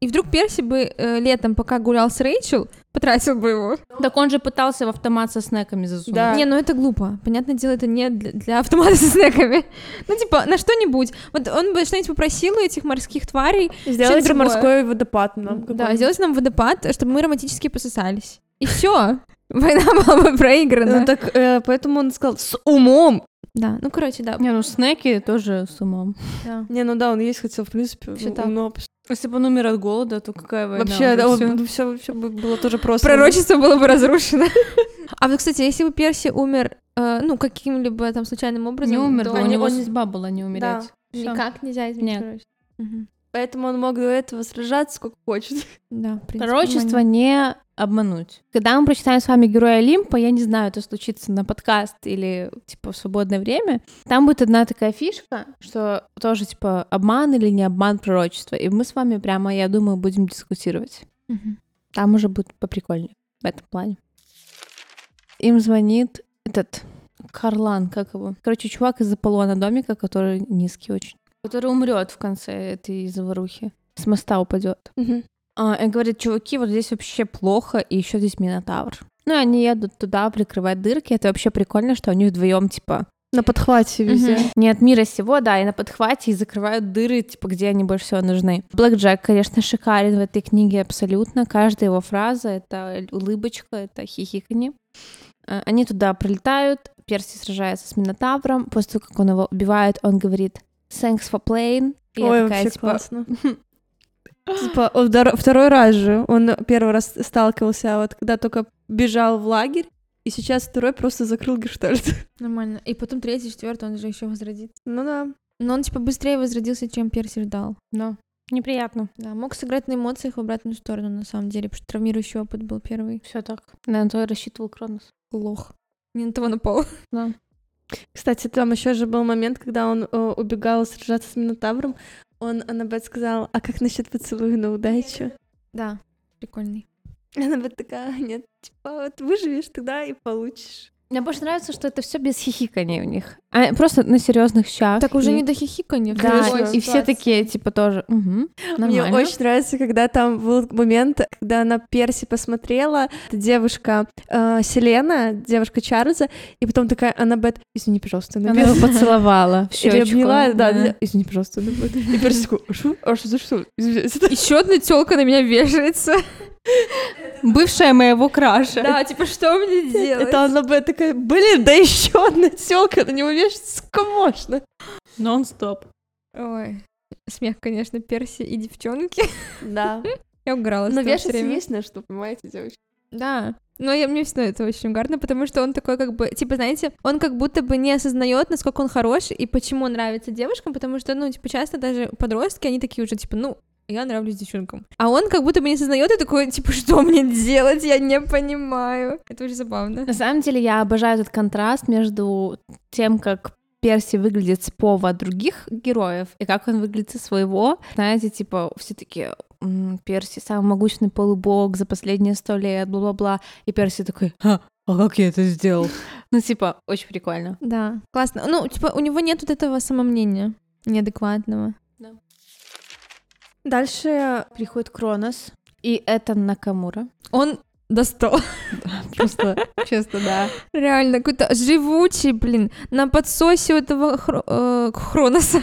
И вдруг Перси бы э, летом, пока гулял с Рэйчел, потратил бы его.
Так он же пытался в автомат со снеками засунуть.
Да.
Не, ну это глупо. Понятное дело, это не для, для автомата со снеками. Ну, типа, на что-нибудь. Вот он бы что-нибудь попросил у этих морских тварей.
Сделайте
другое.
морской водопад нам.
да,
какой-нибудь.
сделать нам водопад, чтобы мы романтически пососались. И все. Война была бы проиграна.
Ну так, э, поэтому он сказал с умом.
Да, ну, короче, да.
Не, ну снеки тоже с умом.
да.
Не, ну да, он есть хотел, в принципе.
Всё
ну,
так.
умно обс-
Если бы он умер от голода, то какая война?
Вообще,
уже
да,
всё.
все, было тоже просто.
Пророчество было бы разрушено. А вот, кстати, если бы Перси умер, э, ну, каким-либо там случайным образом...
Не умер,
то
у
он-
него
он-
судьба была не умереть.
Никак нельзя изменить
Нет.
пророчество. Мгм.
Поэтому он мог до этого сражаться сколько хочет.
Да, в принципе,
Пророчество
нормально.
не обмануть. Когда мы прочитаем с вами Героя Олимпа, я не знаю, это случится на подкаст или, типа, в свободное время, там будет одна такая фишка, что тоже, типа, обман или не обман пророчества. И мы с вами прямо, я думаю, будем дискутировать.
Мгм.
Там уже будет поприкольнее в этом плане. Им звонит этот Карлан, как его? Короче, чувак из Аполлона домика, который низкий очень. Который умрет в конце этой заварухи. С моста упадет. А, и говорит, чуваки, вот здесь вообще плохо, и еще здесь Минотавр. Ну, и они едут туда прикрывать дырки. Это вообще прикольно, что они вдвоем, типа,
На подхвате
везде.
не от мира сего, да, и на подхвате, и закрывают дыры, типа, где они больше всего нужны. Блэк Джек, конечно, шикарен в этой книге абсолютно. Каждая его фраза — это улыбочка, это хихиканье. Э, Они туда прилетают, Перси сражается с Минотавром. После того, как он его убивает, он говорит «Thanks for playing». И я
Ой,
такая,
вообще
типа,
классно. Типа, он вдор- второй раз же, он первый раз сталкивался, а вот когда только бежал в лагерь, и сейчас второй просто закрыл гештальт.
Нормально. И потом третий, четвертый, он же еще возродится.
Ну да.
Но он типа быстрее возродился, чем Перси ждал.
Ну, неприятно.
Да, мог сыграть на эмоциях в обратную сторону, на самом деле, потому что травмирующий опыт был первый.
Все так. На а то и рассчитывал Кронос.
Лох. Не на того напал.
Кстати, там еще же был момент, когда он э, убегал сражаться с Минотавром, он Аннабет сказал, а как насчет поцелуя на удачу?
Да, прикольный.
Аннабет такая, нет, типа, вот выживешь тогда и получишь.
Мне больше нравится, что это все без хихиканий у них. А просто на серьезных щах.
Так уже
И-
не до хихиканья. в
Да,
любой
и все
ситуации.
такие, типа, тоже, «Мгм, нормально».
Мне очень нравится, когда там был момент, когда на Перси посмотрела эта девушка э, Селена, девушка Чарльза, и потом такая Аннабет, извини, пожалуйста,
Она
Аннабет.
его поцеловала в
Или
щёчку.
обняла, да, да, извини, пожалуйста, Аннабет. И Перси такой, «А шо? а что за что? Извините».
Еще одна телка на меня вешается.
Бывшая моего краша.
Да, типа, что мне делать?
Это Аннабет такая, блин, да еще одна телка на него вешается, сколько можно?
Нон-стоп.
Ой. Смех, конечно, Перси и девчонки.
Да.
Я уграла.
Но вешаться есть на что, понимаете, девочки?
Да. Но я, мне всегда это очень угарно, потому что он такой как бы, типа, знаете, он как будто бы не осознает, насколько он хорош и почему нравится девушкам, потому что, ну, типа, часто даже подростки, они такие уже, типа, ну, я нравлюсь девчонкам. А он как будто бы не осознает и такой, типа, что мне делать, я не понимаю. Это очень забавно.
На самом деле я обожаю этот контраст между тем, как Перси выглядит с пова других героев и как он выглядит со своего. Знаете, типа, все такие «М, Перси самый могучный полубог за последние сто лет, бла-бла-бла. И Перси такой, «Ха, а как я это сделал? Ну, типа, очень прикольно.
Да, классно. Ну, типа, у него нет вот этого самомнения неадекватного.
Дальше
Приходит Кронос, и это Накамура.
Он достал.
Просто, честно, да.
Реально, какой-то живучий, блин, на подсосе у этого хро- э, Хроноса.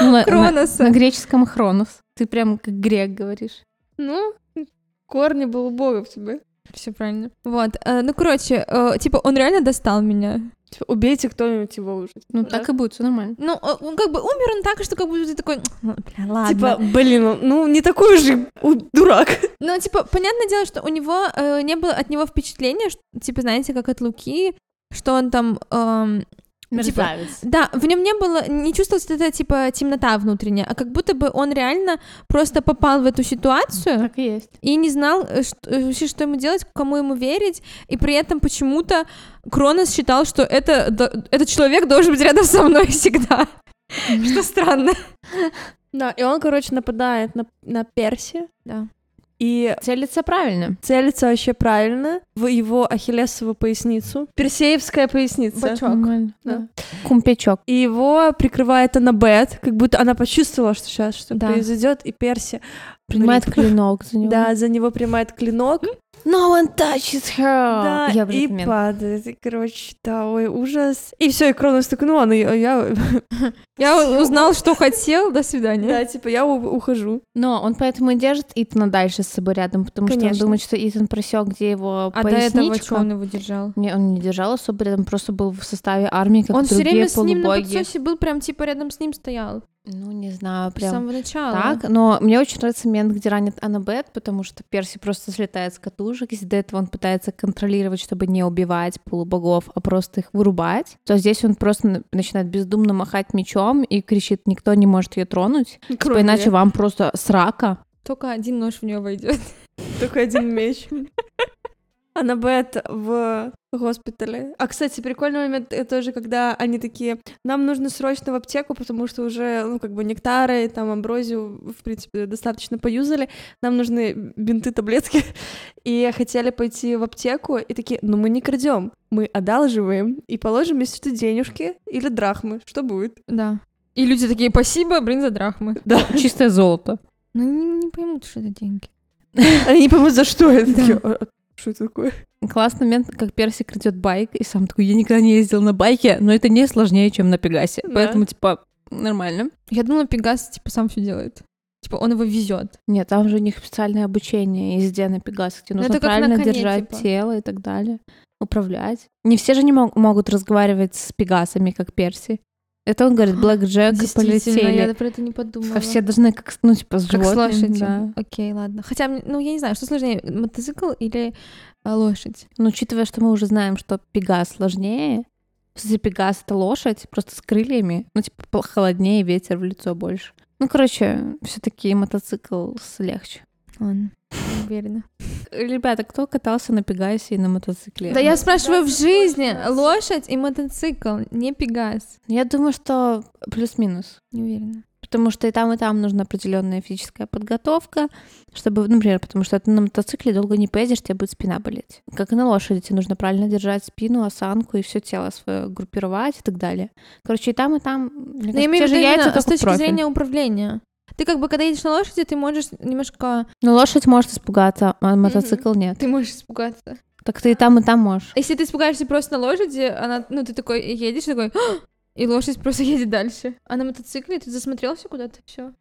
Ну, на- на-
Хроноса.
На греческом Хронос. Ты прям как грек говоришь.
Ну, корни был бога в тебе.
Все правильно. Вот. э, ну, короче, э, типа, он реально достал меня.
Типа, убейте кто-нибудь его уже.
Ну,
Да.
так и будет, все нормально.
Ну, э, он как бы умер он так, что как будто ты такой, «Ну, бля, ладно.
Типа, блин, ну не такой же у- дурак.
Ну, типа, понятное дело, что у него э, не было от него впечатления, что, типа, знаете, как от Луки, что он там... эм,
Ну, Мерзавец.
да, в нем не было, не чувствовалась вот эта, типа, темнота внутренняя, а как будто бы он реально просто попал в эту ситуацию
Так и есть.
и не знал э, что- э, вообще, что ему делать, кому ему верить, и при этом почему-то Кронос считал, что это, до- этот человек должен быть рядом со мной всегда. Что странно.
Да, и он, короче, нападает на, на Перси
Да.
и
Целится правильно.
целится вообще правильно в его ахиллесову поясницу. Персеевская поясница.
Нормально.
Да.
Кумпячок.
И его прикрывает Аннабет, как будто она почувствовала, что сейчас что-то
Да.
произойдет, и Перси
Принимает
Блин.
клинок за него.
Да, за него примает клинок,
No one touches her.
да,
А, Я
и падает, и, короче, да, ой, ужас. И все, и Кронос такой, ну ладно, я, я-
Я узнал, что хотел, до свидания.
да, типа, я у- ухожу.
Но он поэтому и держит Итана дальше с собой рядом, потому что он
Конечно.
думает, что Итан просек, где его
А до
поясничка.
этого что он его держал?
Не, он не держал особо рядом, просто был в составе армии, как
он все
другие
время с ним на
полубоги.
подсосе был, прям типа рядом с ним стоял.
Ну, не знаю,
С
прям
самого начала.
так. Но мне очень нравится момент, где ранит Аннабет, потому что Перси просто слетает с катушек. Если до этого он пытается контролировать, чтобы не убивать полубогов, а просто их вырубать, то здесь он просто на- начинает бездумно махать мечом и кричит, никто не может ее тронуть. Типа,
Кроме
иначе
меня.
вам просто срака.
Ну, Только один нож в нее войдет.
Только один меч. Аннабет А в госпитале. А, кстати, прикольный момент э, тоже, когда они такие, нам нужно срочно в аптеку, потому что уже, ну, как бы нектары, там, амброзию, в принципе, достаточно поюзали, нам нужны бинты, таблетки, и хотели пойти в аптеку, и такие, ну, мы не крадем, мы одалживаем и положим, если что, денежки или драхмы, что будет?
Да. И люди такие, спасибо, блин, за драхмы.
Чистое золото.
Ну, не, не поймут, что это деньги.
Они не поймут, за что это.
Да.
Такие, «А, а, Что это такое?
Классный момент, как Перси крадет байк, и сам такой, я никогда не ездил на байке, но это не сложнее, чем на Пегасе.
Да.
Поэтому, типа, нормально.
Я думала, Пегас, типа, сам все делает. Типа, он его везет.
Нет, там же у них специальное обучение езде на Пегасе, где
Ну,
нужно
это как на
правильно
коне,
держать
типа.
тело и так далее, управлять. Не все же не мог- могут разговаривать с Пегасами, как Перси. Это он говорит, Блэк Джек и
Действительно,
полетели.
я про это не подумала.
А все должны как, ну, типа, с
как с
животными,
лошадью.
да.
Окей, ладно. Хотя, мне- ну, я не знаю, что сложнее, мотоцикл или а, лошадь?
Но учитывая, что мы уже знаем, что Пегас сложнее, если Пегас — это лошадь, просто с крыльями, ну, типа, пол- холоднее, ветер в лицо больше. Ну, короче, все таки мотоцикл с легче.
Ладно, не уверена.
Ребята, кто катался на Пегасе и на мотоцикле?
Да я спрашиваю в жизни, лошадь и мотоцикл, не Пегас.
Я думаю, что плюс-минус.
Не уверена.
Потому что и там, и там нужна определенная физическая подготовка, чтобы, ну, например, потому что ты на мотоцикле долго не поедешь, тебе будет спина болеть. Как и на лошади, тебе нужно правильно держать спину, осанку и все тело свое группировать и так далее. Короче, и там, и там.
Но
Мне
Ну, я
кажется,
имею
те
в
же
виду
яйца,
именно
только
с точки
профиль.
зрения управления. Ты как бы, когда едешь на лошади, ты можешь немножко...
Но лошадь может испугаться, а мотоцикл нет.
Ты можешь испугаться.
Так ты и там, и там можешь.
Если ты испугаешься просто на лошади, она, ну, ты такой едешь, такой... «А!» И лошадь просто едет дальше. А на мотоцикле ты засмотрелся куда-то, все.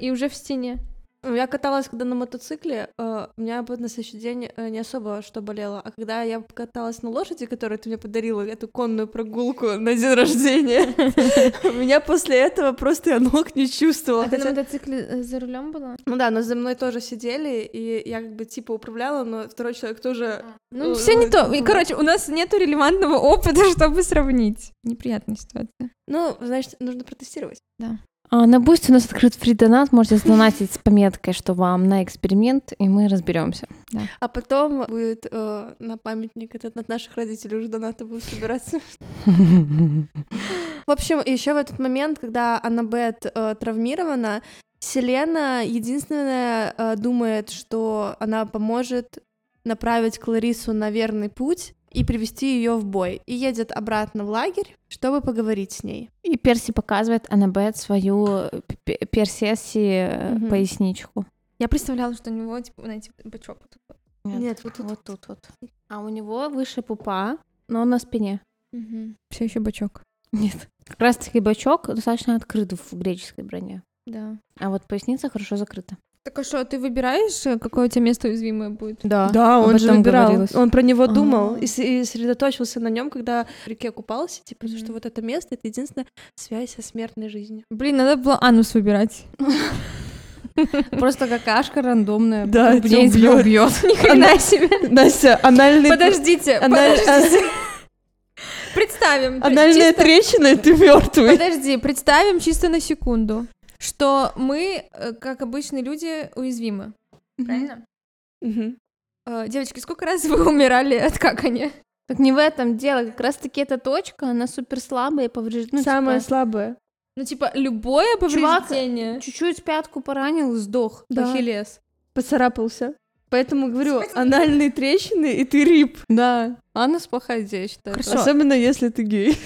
И уже в стене.
Ну, Я каталась, когда на мотоцикле, э, у меня бы на следующий день э, не особо что болело. А когда я каталась на лошади, которую ты мне подарила, эту конную прогулку на день рождения, у меня после этого просто я ног не чувствовала.
А ты на
Хотя-
мотоцикле э, за рулем была?
Ну да, но за мной тоже сидели, и я как бы типа управляла, но второй человек тоже...
Ну,
Э,
все не то. И,
ну.
короче, у нас нету релевантного опыта, чтобы сравнить. Неприятная ситуация.
Ну, значит, нужно протестировать.
А на Бусти у нас открыт фридонат, можете донатить с пометкой, что вам на эксперимент, и мы разберемся.
А потом будет э, на памятник этот от наших родителей уже донаты будут собираться. В общем, еще в этот момент, когда Аннабет э, травмирована, Селена единственная э, думает, что она поможет направить Кларису на верный путь и привести ее в бой. И едет обратно в лагерь, чтобы поговорить с ней.
И Перси показывает Аннабет свою э, п- п- Персеси э,
Мгм.
поясничку.
Я представляла, что у него, типа, знаете, бычок. вот такой.
Нет, вот тут.
тут, вот. А у него выше пупа, но на спине.
Все еще бычок.
Нет. Как раз таки бачок достаточно открыт в греческой броне.
Да.
А вот поясница хорошо закрыта.
Так а что, ты выбираешь, э, какое у тебя место уязвимое будет?
Да.
Да,
об
он же
этом
выбирал.
говорилось.
Он про него думал
А.
и, с- и сосредоточился на нем, когда в реке купался, типа,
Мгм.
что вот это место — это единственная связь со смертной жизнью.
Блин, надо было анус выбирать.
Просто какашка рандомная.
Да,
Ну,
Кто
тебя
бдеет, тебя
убьёт.
убьет.
Ни хрена себе.
Настя, анальный...
Подождите, подождите. Представим. при- чисто-
трещина, ты мертвый.
Подожди, представим чисто на секунду, что мы, э, как обычные люди, уязвимы. Правильно? Э, Девочки, сколько раз вы умирали от какания?
Так не в этом дело. Как раз таки эта точка, она супер слабая и повреждена. Ну, типа,
Самое слабое.
Ну, типа, любое
Чувак,
повреждение.
Чуть-чуть пятку поранил и сдох.
Да.
Ахиллес.
Поцарапался. Поэтому говорю, анальные трещины, и ты рип.
Да. Анна плохая идея, я считаю.
Хорошо.
Особенно если ты гей.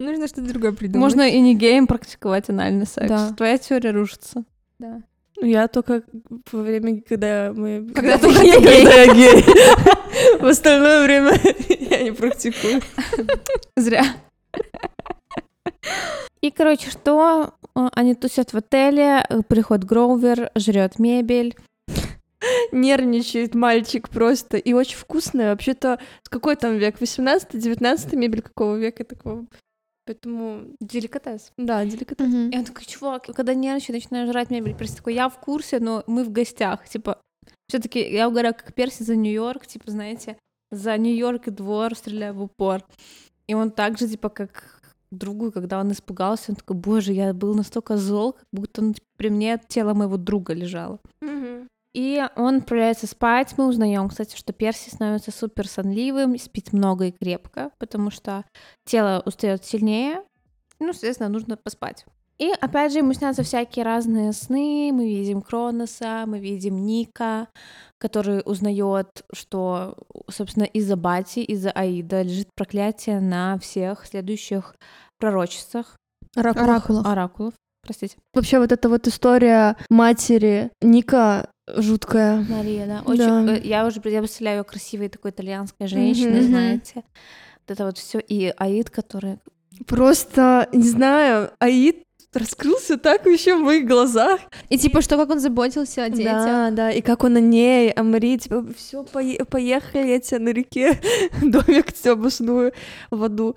Нужно что-то другое придумать.
Можно и не геем практиковать анальный секс.
Да.
Твоя теория рушится.
Да.
Ну, Я только во время, когда мы...
Когда ты
Когда
не гей.
я гей. В остальное время я не практикую.
Зря. И, короче, что? Э, Они тусят в отеле, э, приходит Гроувер, жрет мебель.
Нервничает мальчик просто. И очень вкусная. Вообще-то, с какой там век? 18-19 мебель какого века такого? Поэтому деликатес. Да, деликатес.
Мгм.
И он такой, чувак, когда нервничаю, начинаю жрать мебель. Перси такой, я в курсе, но мы в гостях. Типа, все таки я угораю, как Перси за Нью-Йорк, типа, знаете, за Нью-Йорк и двор стреляю в упор. И он так же, типа, как другу, когда он испугался, он такой, боже, я был настолько зол, как будто ну, типа, при мне тело моего друга лежало. И он отправляется спать. Мы узнаем, кстати, что Перси становится супер сонливым, спит много и крепко, потому что тело устает сильнее. Ну, соответственно, нужно поспать. И опять же, ему снятся всякие разные сны. Мы видим Кроноса, мы видим Ника, который узнает, что, собственно, из-за Бати, из-за Аида лежит проклятие на всех следующих пророчествах,
Оракулов.
оракулов. Простите.
Вообще вот эта вот история матери Ника жуткая.
Мария, да.
Да.
Очень, э, Я уже я представляю её красивой такой итальянской женщиной,
Мгм.
знаете. Вот это вот все. И Аид, который...
Просто, не знаю, Аид раскрылся так вообще в моих глазах.
И типа, что, как он заботился о детях.
Да, да, и как он о ней, о Марии, типа, все, поехали, я тебя на реке, домик тебе обосную в аду.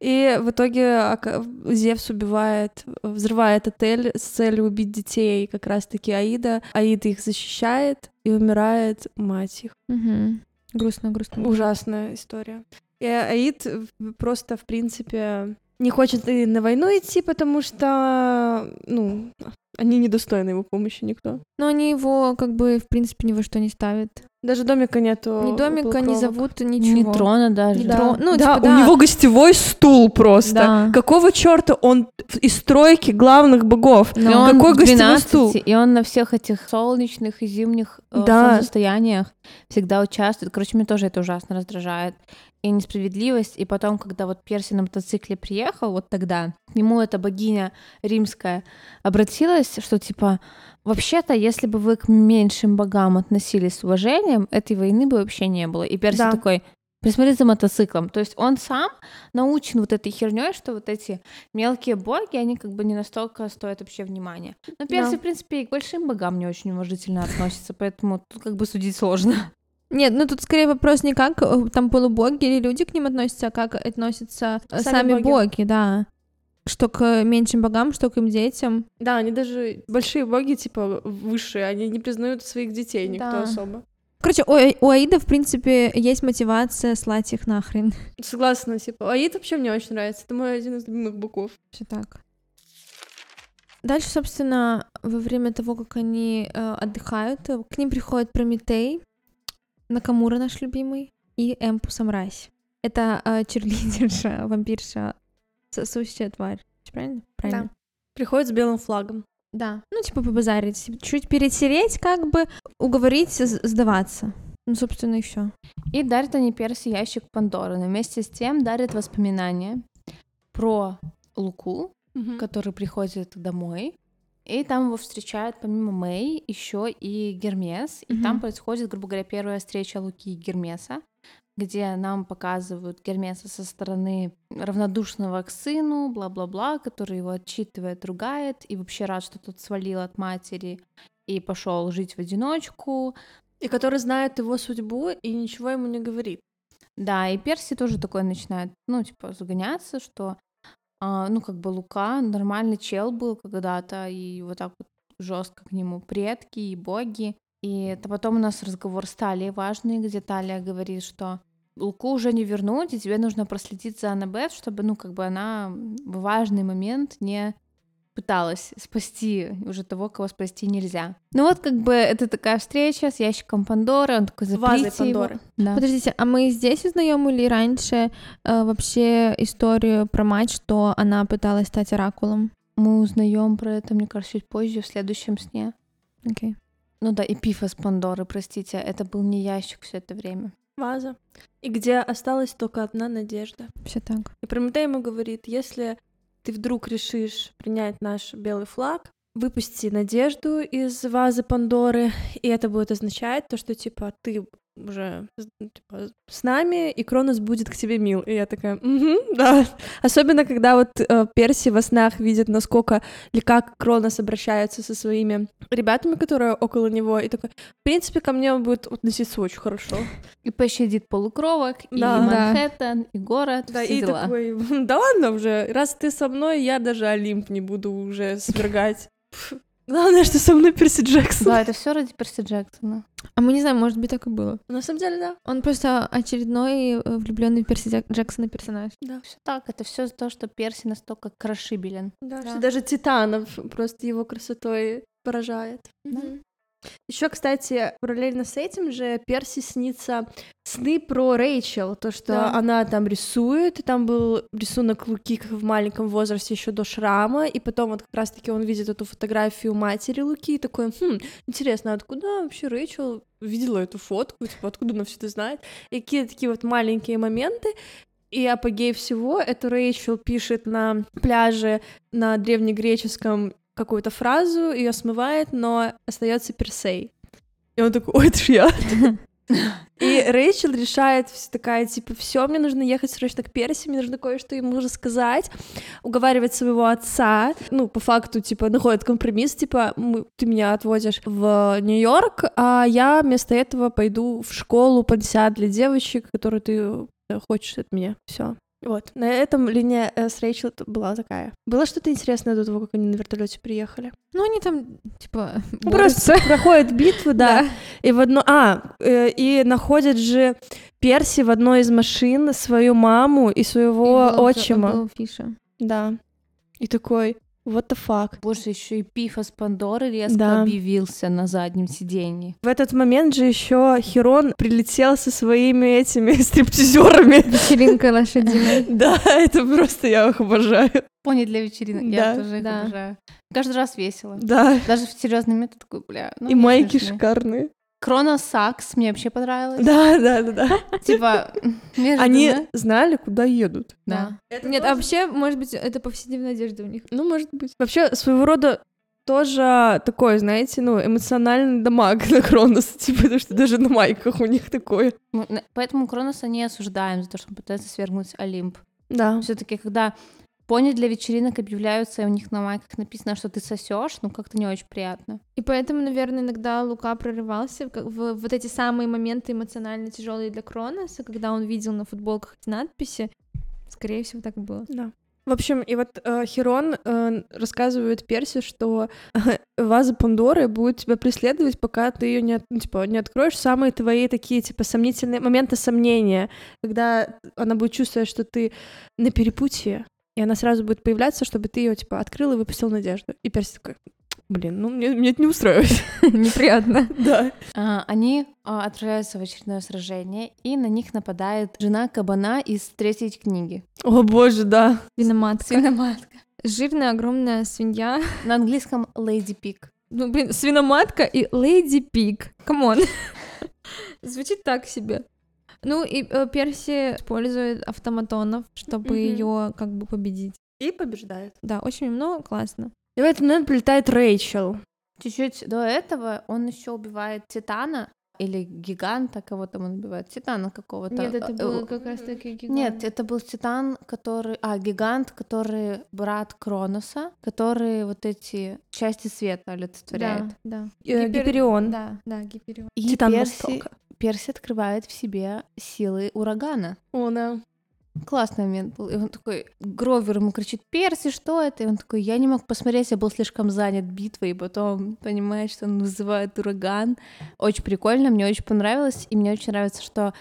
И в итоге ока- Зевс убивает, взрывает отель с целью убить детей, как раз-таки Аида. Аида их защищает, и умирает мать их.
Мгм. Грустно, грустно.
Ужасная история. И Аид в- просто, в принципе, не хочет и на войну идти, потому что, ну, они недостойны его помощи никто.
Но они его, как бы, в принципе, ни во что не ставят.
Даже домика нету.
Ни
у
Ну, домика, ни
Э, полукровок.
зовут, ничего.
Не трона даже.
Не трон- Ну,
да,
типа,
у
да.
него гостевой стул просто.
Да.
Какого черта он в- из тройки главных богов?
И
Но
он
Какой
в
гостевой стул?
12, И он на всех этих солнечных и зимних э,
Да.
солнцестояниях всегда участвует. Короче, меня тоже это ужасно раздражает. И несправедливость. И потом, когда вот Перси на мотоцикле приехал, вот тогда, к нему эта богиня римская обратилась, что типа, вообще-то, если бы вы к меньшим богам относились с уважением, этой войны бы вообще не было. И Перси
Да.
такой, присмотри за мотоциклом. То есть он сам научен вот этой херней, что вот эти мелкие боги, они как бы не настолько стоят вообще внимания. Но Перси,
Да.
в принципе, и к большим богам не очень уважительно относится, поэтому тут как бы судить сложно.
Нет, ну тут скорее вопрос не как э, там полубоги или люди к ним относятся, а как относятся э,
Сами
сами,
боги.
боги, да. Что к меньшим богам, что к им детям.
Да, они даже большие боги, типа, высшие, они не признают своих детей никто
Да.
особо.
Короче, у, Аи- у Аида, в принципе, есть мотивация слать их нахрен.
Согласна, типа, Аид вообще мне очень нравится, это мой один из любимых богов.
Все так. Дальше, собственно, во время того, как они э, отдыхают, э, к ним приходит Прометей, Накамура наш любимый, и Эмпуса мразь. Это э, черлидерша, вампирша, сосущая тварь. Правильно? Правильно.
Приходит с белым флагом.
Да. Ну, типа побазарить, типа, чуть перетереть, как бы, уговорить с- сдаваться. Ну, собственно, и все.
И дарит они Перси ящик Пандоры, но вместе с тем дарит воспоминания про Луку, который приходит домой. И там его встречают помимо Мэй еще и Гермес. И
Мгм.
там происходит, грубо говоря, первая встреча Луки и Гермеса, где нам показывают Гермеса со стороны равнодушного к сыну, бла-бла-бла, который его отчитывает, ругает и вообще рад, что тот свалил от матери и пошел жить в одиночку.
И который знает его судьбу и ничего ему не говорит.
Да, и Перси тоже такой начинает, ну, типа, загоняться, что, а, ну, как бы Лука нормальный чел был когда-то, и вот так вот жестко к нему предки и боги. И это потом у нас разговор с Талией важный, где Талия говорит, что Луку уже не вернуть, и тебе нужно проследить за Аннабет, чтобы, ну, как бы она в важный момент не пыталась спасти уже того, кого спасти нельзя. Ну вот как бы это такая встреча с ящиком Пандоры, он такой
Вазой
заприте его».
Пандоры.
Да.
Подождите, а мы здесь узнаем или раньше э, вообще историю про мать, что она пыталась стать оракулом?
Мы узнаем про это, мне кажется, чуть позже, в следующем сне.
Окей.
Ну да, Эпифас Пандоры, простите, это был не ящик все это время.
Ваза. И где осталась только одна надежда.
Все так.
И Прометей ему говорит, если ты вдруг решишь принять наш белый флаг, выпусти надежду из вазы Пандоры, и это будет означать то, что, типа, ты уже с- ну, типа, с нами, и Кронос будет к тебе мил. И я такая, угу, да. Особенно, когда вот э, Перси во снах видит, насколько или как Кронос обращается со своими ребятами, которые около него, и такой, в принципе, ко мне он будет относиться очень хорошо.
И пощадит полукровок, и
Да.
Манхэттен, и город,
Да,
все
и
дела.
такой, да ладно уже, раз ты со мной, я даже Олимп не буду уже свергать. Пф, Главное, что со мной Перси Джексон.
Да, это все ради Перси Джексона.
А мы не знаем, может быть, так и было.
На самом деле, да.
Он просто очередной влюбленный Перси Джек- Джексона персонаж.
Все так, это все за то, что Перси настолько крошибелен.
Да,
Да.
что даже Титанов просто его красотой поражает. Еще, кстати, параллельно с этим же Перси снится сны про Рэйчел, то, что
Да.
она там рисует, и там был рисунок Луки как в маленьком возрасте еще до шрама, и потом вот как раз-таки он видит эту фотографию матери Луки и такой, хм, интересно, откуда вообще Рэйчел видела эту фотку, типа, откуда она все это знает, и какие такие вот маленькие моменты, и апогей всего, это Рэйчел пишет на пляже на древнегреческом какую-то фразу, ее смывает, но остается Персей. И он такой, ой, это ж я. И Рэйчел решает, вс- такая, типа, все, мне нужно ехать срочно к Перси, мне нужно кое-что ему рассказать, уговаривать своего отца, ну, по факту, типа, находит компромисс, типа, «Мы- ты меня отводишь в Нью-Йорк, а я вместо этого пойду в школу пансиат для девочек, которую ты э, хочешь от меня. Все. Вот, на этом линия э, с Рэйчел т- была такая. Было что-то интересное до того, как они на вертолете приехали?
Ну, они там, типа,
Ну,
борются.
Просто проходят битвы, да. И в одно... А, э, и находят же Перси в одной из машин свою маму и
И
своего
Уилла Джо-
отчима.
Уилла Фиша.
Да. И такой, what the fuck.
Боже, еще и Пифос Пандоры резко
Да.
объявился на заднем сиденье.
В этот момент же еще Херон прилетел со своими этими стриптизерами.
Вечеринка лошадиной.
Да, Ну, это просто я их обожаю.
Пони для вечеринок, я
Да.
тоже их
Да.
обожаю. Каждый раз весело.
Да.
Даже в серьезный метод такой, бля. ну,
И
они
майки
смешные.
шикарные.
Кроно Сакс мне вообще понравилось.
Да, да, да, да.
Типа, между,
Они
да?
знали, куда едут.
Да.
Нет, а вообще, может быть, это повседневная одежда у них.
Ну, может быть. Вообще, своего рода тоже такой, знаете, ну, эмоциональный дамаг на Кроноса, типа, потому что даже на майках у них такое.
Мы- на- Поэтому Кроноса не осуждаем за то, что он пытается свергнуть Олимп.
Да.
Все-таки, когда пони для вечеринок объявляются, и у них на майках написано, что ты сосешь, ну как-то не очень приятно.
И поэтому, наверное, иногда Лука прорывался в, как- в вот эти самые моменты эмоционально тяжелые для Кроноса, когда он видел на футболках эти надписи. Скорее всего, так и было.
Да. В общем, и вот э, Херон э, рассказывает Перси, что э, ваза Пандоры будет тебя преследовать, пока ты ее не, от- ну, типа, не откроешь. Самые твои такие, типа, сомнительные моменты сомнения, когда она будет чувствовать, что ты на перепутье, и она сразу будет появляться, чтобы ты ее, типа, открыл и выпустил надежду. И Перси такой, блин, ну, мне, мне это не устраивает.
Неприятно.
Да.
А, Они а, отправляются в очередное сражение, и на них нападает жена кабана из третьей книги.
О боже, да.
Свиноматка.
Свиноматка.
Жирная огромная свинья.
На английском Lady Pig.
Ну, блин, свиноматка и леди пик. Камон. Звучит так себе. Ну и э, Перси использует автоматонов, чтобы
Мгм.
ее как бы победить.
И побеждает.
Да, очень много, классно.
И в этот момент прилетает Рэйчел.
Чуть-чуть до этого он еще убивает Титана или гиганта, кого там он убивает? Титана какого-то. Э, э,
как раз таки
Нет, это был Титан, который... А, гигант, который брат Кроноса, который вот эти части света олицетворяет.
Да, да.
Э,
Гипер-
Гиперион.
Да, да, Гиперион.
И
Титан
Перси,
Востока.
Перси открывает в себе силы урагана.
О, да.
Классный момент был. И он такой, Гровер ему кричит, Перси, что это? И он такой, я не мог посмотреть, я был слишком занят битвой. И потом понимает, что он вызывает ураган. Очень прикольно, мне очень понравилось. И мне очень нравится, что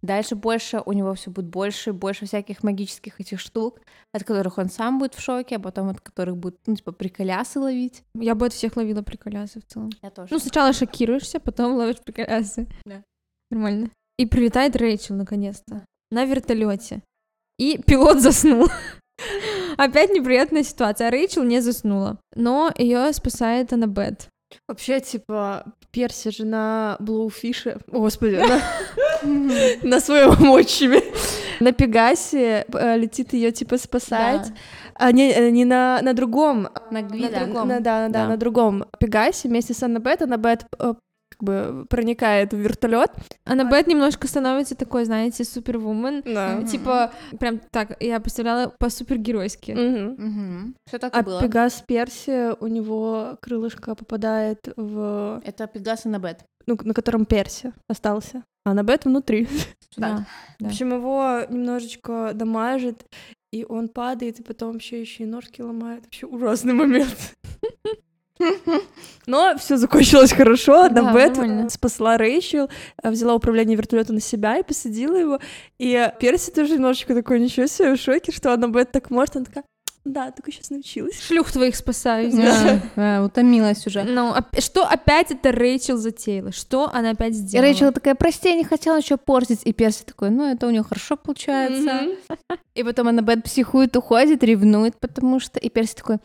дальше больше у него все будет больше, и больше всяких магических этих штук, от которых он сам будет в шоке, а потом от которых будет, ну, типа, приколясы ловить.
Я бы от всех ловила приколясы в целом.
Я тоже.
Ну, сначала шокируешься, потом ловишь приколясы.
Да.
Нормально. И прилетает Рэйчел наконец-то. На вертолете. И пилот заснул. Опять неприятная ситуация. А Рэйчел не заснула. Но ее спасает Аннабет.
Вообще, типа, Перси жена Блоуфиша. О, Господи, на, на своем отчиме. На Пегасе э, летит ее типа спасать. А не, э, не на, на другом.
На
На
Гвида.
друг- на- да, да,
Да.
на другом Пегасе вместе с Аннабет. Аннабет э, как бы проникает в вертолет.
Аннабет немножко становится такой, знаете, супервумен.
Да.
Мгм.
Типа, прям так, я представляла по-супергеройски.
Мгм.
Все так и
А
было.
Пегас Перси, у него крылышко попадает в...
Это Пегас и Набет.
Ну, на котором Перси остался. А Анабет внутри.
Да.
В общем, его немножечко дамажит, и он падает, и потом вообще еще и ножки ломает. Вообще ужасный момент. Но все закончилось хорошо.
Да,
Аннабет
нормально.
спасла Рэйчел, а, взяла управление вертолета на себя и посадила его. И Перси тоже немножечко такой, ничего себе, в шоке, что Аннабет так может. Она такая, да, только сейчас научилась.
Шлюх твоих спасаю.
Да, да, утомилась уже.
Ну, оп- что опять это Рэйчел затеяла? Что она опять
И
сделала?
Рэйчел такая, прости, я не хотела ничего портить. И Перси такой, ну, это у нее хорошо получается.
Мгм.
И потом Аннабет психует, уходит, ревнует, потому что... И Перси такой,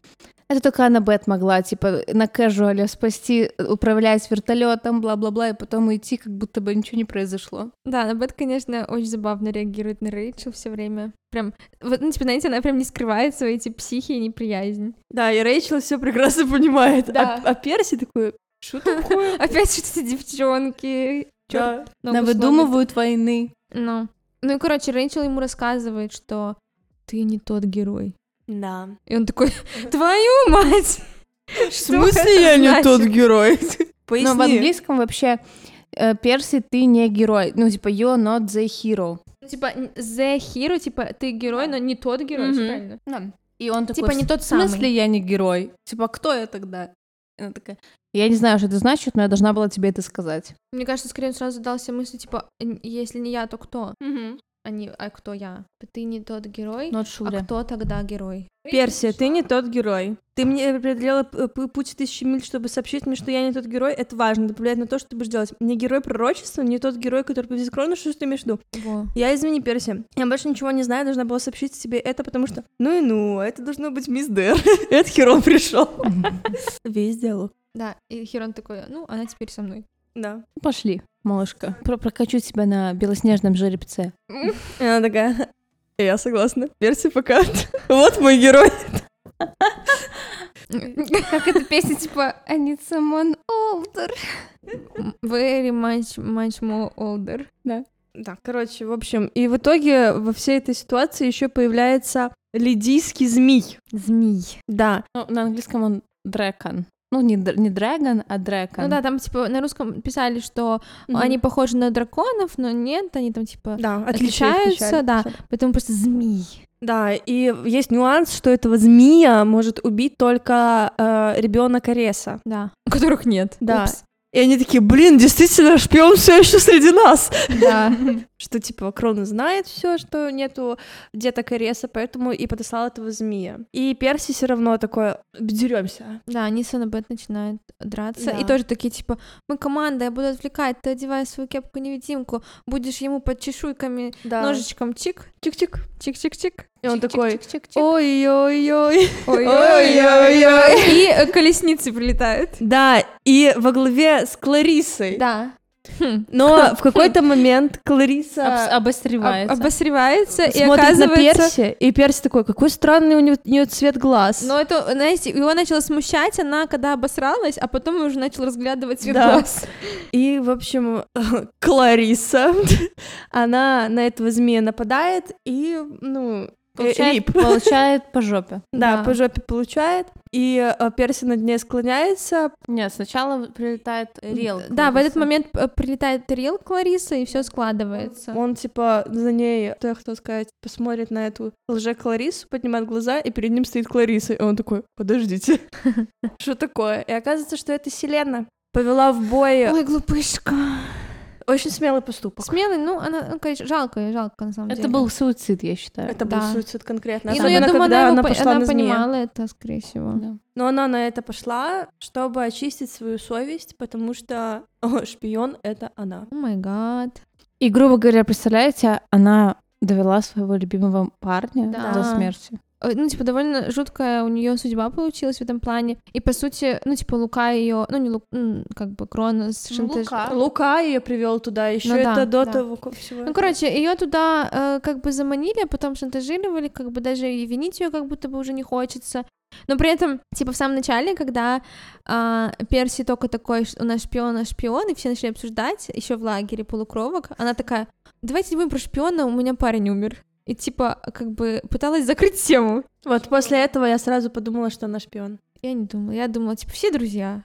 это только Аннабет могла, типа, на кэжуале спасти, управлять вертолетом, бла-бла-бла, и потом уйти, как будто бы ничего не произошло.
Да, Аннабет, конечно, очень забавно реагирует на Рэйчел все время. Прям, вот, ну, типа, знаете, она прям не скрывает свои эти психи и неприязнь.
Да, и Рэйчел все прекрасно понимает.
Да.
А, а Перси такой, что такое?
Опять что-то эти девчонки. чёрт
Да.
ногу сломит.
войны.
Ну. Ну и, короче, Рэйчел ему рассказывает, что ты не тот герой.
Да.
И он такой, твою мать!
В
это значит?
герой?
Но в
Поясни.
английском вообще э, Перси, ты не герой. Ну, типа, you're not the hero.
Ну, Типа, н- the hero, типа, ты герой, но не тот герой,
Мгм.
всё правильно?
И он такой,
Типа, не тот
в
самый.
смысле я не герой? Типа, кто я тогда? И Она такая, я не знаю, что это значит, но я должна была тебе это сказать.
Мне кажется, скорее он сразу дался мысль, типа, «Н- если не я, то кто?
Мгм.
А, не, а кто я? Ты не тот герой,
Not
а кто тогда герой?
Персия, ты не тот герой. Ты мне преодолела э, пу- путь тысячи миль, чтобы сообщить мне, что я не тот герой. Это важно, это влияет на то, что ты будешь делать. Не герой пророчества, не тот герой, который победит крону, что ты имеешь в виду?
Во.
Я, извини, Перси, я больше ничего не знаю, должна была сообщить тебе это, потому что... Ну и ну, это должно быть мисс Дэр. это Херон пришел. Весь диалог.
Да, и Херон такой, ну, она теперь со мной.
Да.
Пошли, малышка. Про- прокачу тебя на белоснежном жеребце.
И она такая... Я согласна. Перси пока. вот мой герой.
Как эта песня, типа,
I need someone older.
very much, much more older.
Да, короче, в общем, и в итоге во всей этой ситуации еще появляется лидийский змей.
Змей.
Да.
Ну, на английском он дракон. Ну, не, др- не драгон, а дракон.
Ну да, там, типа, на русском писали, что они похожи на драконов, но нет, они там, типа,
да,
отличаются, да. поэтому просто змей.
Да, и есть нюанс, что этого змея может убить только ребенок Ареса.
Да. Которых нет.
Да.
Упс.
И они такие, блин, действительно, шпион все еще среди нас.
Да.
Что типа Крон знает все, что нету деток Ареса, поэтому и подослал этого змея. И Перси все равно такой, деремся.
Да, они с Аннабет начинают драться. И
Да.
тоже такие, типа, мы команда, я буду отвлекать, ты одевай свою кепку-невидимку, будешь ему под чешуйками,
Да.
ножичком чик,
Чик-чик.
чик-чик-чик.
Ну, И он такой,
Чик-чик-чик-чик.
ой-ой-ой.
Ой-ой-ой. И э, колесницы прилетают.
Да, и во главе с Кларисой.
Да. Хм.
Но в какой-то момент
Обс-
Клариса
Об-
обостревается.
Обосревается и
смотрит на
оказывается...
Перси, и Перси такой, какой странный у него, у неё цвет глаз.
Но ну, это, знаете, его начало смущать, она когда обосралась, а потом уже начал разглядывать цвет
Да.
глаз.
И, в общем, Клариса, она на этого змея нападает и, ну, э,
Получает,
рип.
получает по жопе.
Да,
Да.
по жопе получает, и э, Перси над ней склоняется,
Нет, сначала прилетает релка.
Да, в этот момент э, прилетает тарелка Клариса, и все складывается.
он, типа, за ней, то я хотела сказать, посмотрит на эту лже-Кларису, поднимает глаза, и перед ним стоит Клариса, и он такой, подождите, что такое? И оказывается, что это Селена повела в бой.
Ой, глупышка.
Очень смелый поступок.
Смелый, ну, она, ну, конечно, жалко, жалко, на самом деле.
Это был суицид, я считаю.
Это был
Да.
суицид конкретно.
И, ну,
Особенно,
я думаю,
когда
она,
она
его по-
пошла
она
на змея.
понимала это, скорее всего.
Да.
Но она на это пошла, чтобы очистить свою совесть, потому что шпион — это она.
О май гад.
И, грубо говоря, представляете, она довела своего любимого парня
Да.
до смерти.
Э, Ну, типа, довольно жуткая у нее судьба получилась в этом плане. И, по сути, ну, типа, Лука ее, ну, не Лука, как бы Крона с шантаж...
Лука ее привел туда, еще
Ну да,
это до
да.
того ко- всего.
Ну, короче, ее туда э, как бы заманили, а потом шантажировали, как бы даже и винить ее как будто бы уже не хочется. Но при этом, типа, в самом начале, когда а, Перси только такой, ш- у нас шпион, наш шпион, и все начали обсуждать, еще в лагере полукровок, она такая, давайте не будем про шпиона, у меня парень умер. И, типа, как бы пыталась закрыть тему.
Вот после этого я сразу подумала, что она шпион.
Я не думала, я думала, типа, все друзья.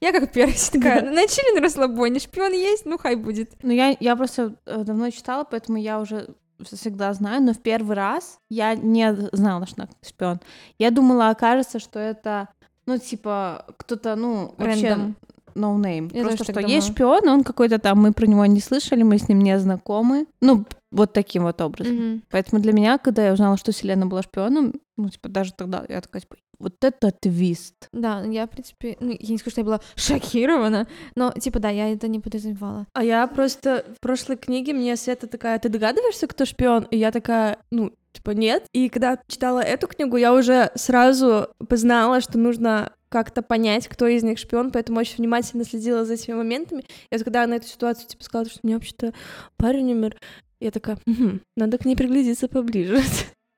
Я как Перси такая, «Ну, начали на расслабоне, шпион есть, ну хай будет.
Ну, я, я просто э, давно читала, поэтому я уже вс- всегда знаю, но в первый раз я не знала, что она шпион. Я думала, окажется, что это, ну, типа, кто-то, ну, вообще
Рэндом.
no name.
Я
Просто
тоже
что
так
есть
думала.
шпион, и он какой-то там, мы про него не слышали, мы с ним не знакомы. Ну, п- вот таким вот образом.
Мгм.
Поэтому для меня, когда я узнала, что Селена была шпионом, ну, типа, даже тогда я такая, типа, вот это твист.
Да, я, в принципе, ну, я не скажу, что я была шокирована, но, типа, да, я это не подразумевала.
А я просто в прошлой книге мне Света такая, ты догадываешься, кто шпион? И я такая, ну, типа, нет. И когда читала эту книгу, я уже сразу познала, что нужно как-то понять, кто из них шпион, поэтому очень внимательно следила за этими моментами. И вот когда она эту ситуацию, типа, сказала, что у меня вообще-то парень умер, я такая, «Мгм, надо к ней приглядеться поближе.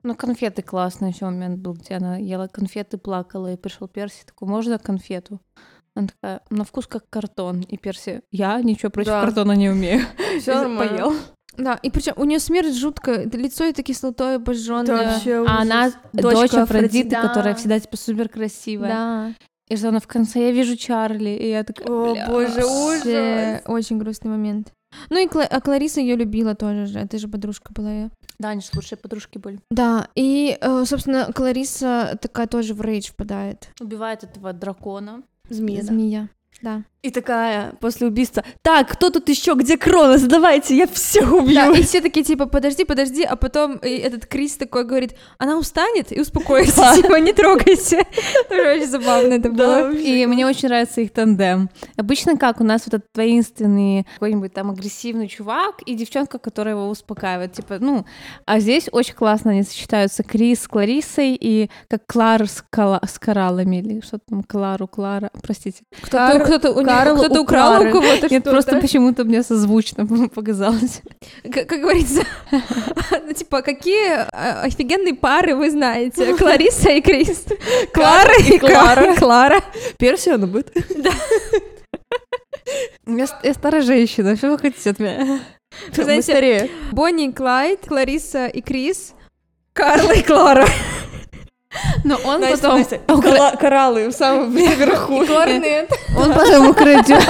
Ну, конфеты классный еще момент был, где она ела конфеты, плакала, и пришел Перси, такой, можно конфету? Она такая, на вкус как картон. И Перси, я ничего против
Да.
картона не умею.
Все
И поел.
Да, и причем у нее смерть жуткая, это лицо это кислотой обожженное.
вообще
А она
ужас.
дочь
Дочка
Афродиты,
Афродиты,
которая
да.
всегда, типа, супер красивая.
Да,
И что она в конце, я вижу Чарли, и я такая,
О,
«Бля».
боже,
вообще
ужас.
очень грустный момент. Ну и Кла- а Клариса ее любила тоже же, это же подружка была ее.
Да, они же лучшие подружки были.
Да, и, э, собственно, Клариса такая тоже в рейдж впадает.
Убивает этого дракона.
Змея. да.
Змея. Да.
И такая после убийства. Так, кто тут еще? Где Кронос? Давайте, я все убью.
Да, и все такие типа, подожди, подожди, а потом и этот Крис такой говорит, она устанет и успокоится, типа, не трогайся. Тоже очень забавно это было.
И мне очень нравится их тандем. Обычно как у нас вот этот воинственный какой-нибудь там агрессивный чувак и девчонка, которая его успокаивает. Типа, ну, а здесь очень классно они сочетаются Крис с Кларисой и как Клар с, кола- с кораллами или что там, Клару, Клара, простите.
Кто- Кто-то у
Карл
него- кто-то
у
украл у
Клары.
кого-то
Нет,
что-то.
просто почему-то мне созвучно показалось.
К- как говорится, ну, типа, какие э, офигенные пары вы знаете? Клариса и Крис. Клара и Клара. Клара.
Персия, она будет.
Я, с- я старая женщина, что вы хотите от меня?
Вы знаете,
Быстрее.
Бонни и Клайд, Клариса и Крис, Карл и Клара.
Но он
Настя,
потом...
Настя, кола- кораллы в самом верху.
Он потом украдет.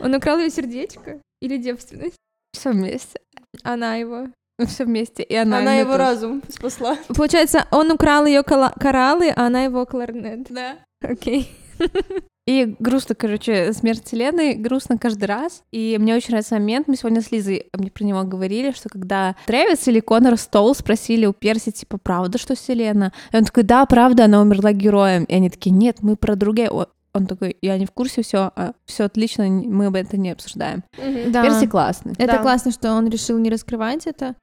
Он украл ее сердечко или девственность?
Все вместе.
Она его.
Все вместе. И она,
Она
мне
его
тоже.
разум спасла.
Получается, он украл ее кораллы, а она его кларнет.
Да.
Окей.
И грустно, короче, смерть Вселенной, грустно каждый раз. И мне очень нравится момент, мы сегодня с Лизой э, мне про него говорили, что когда Трэвис или Конор Стоул спросили у Перси, типа, правда, что Вселенная? И он такой, да, правда, она умерла героем. И они такие, нет, мы про другие. О- Он такой, я не в курсе, все, все отлично, н- мы об этом не обсуждаем.
Да.
Перси классный.
Это
Да.
классно, что он решил не раскрывать это.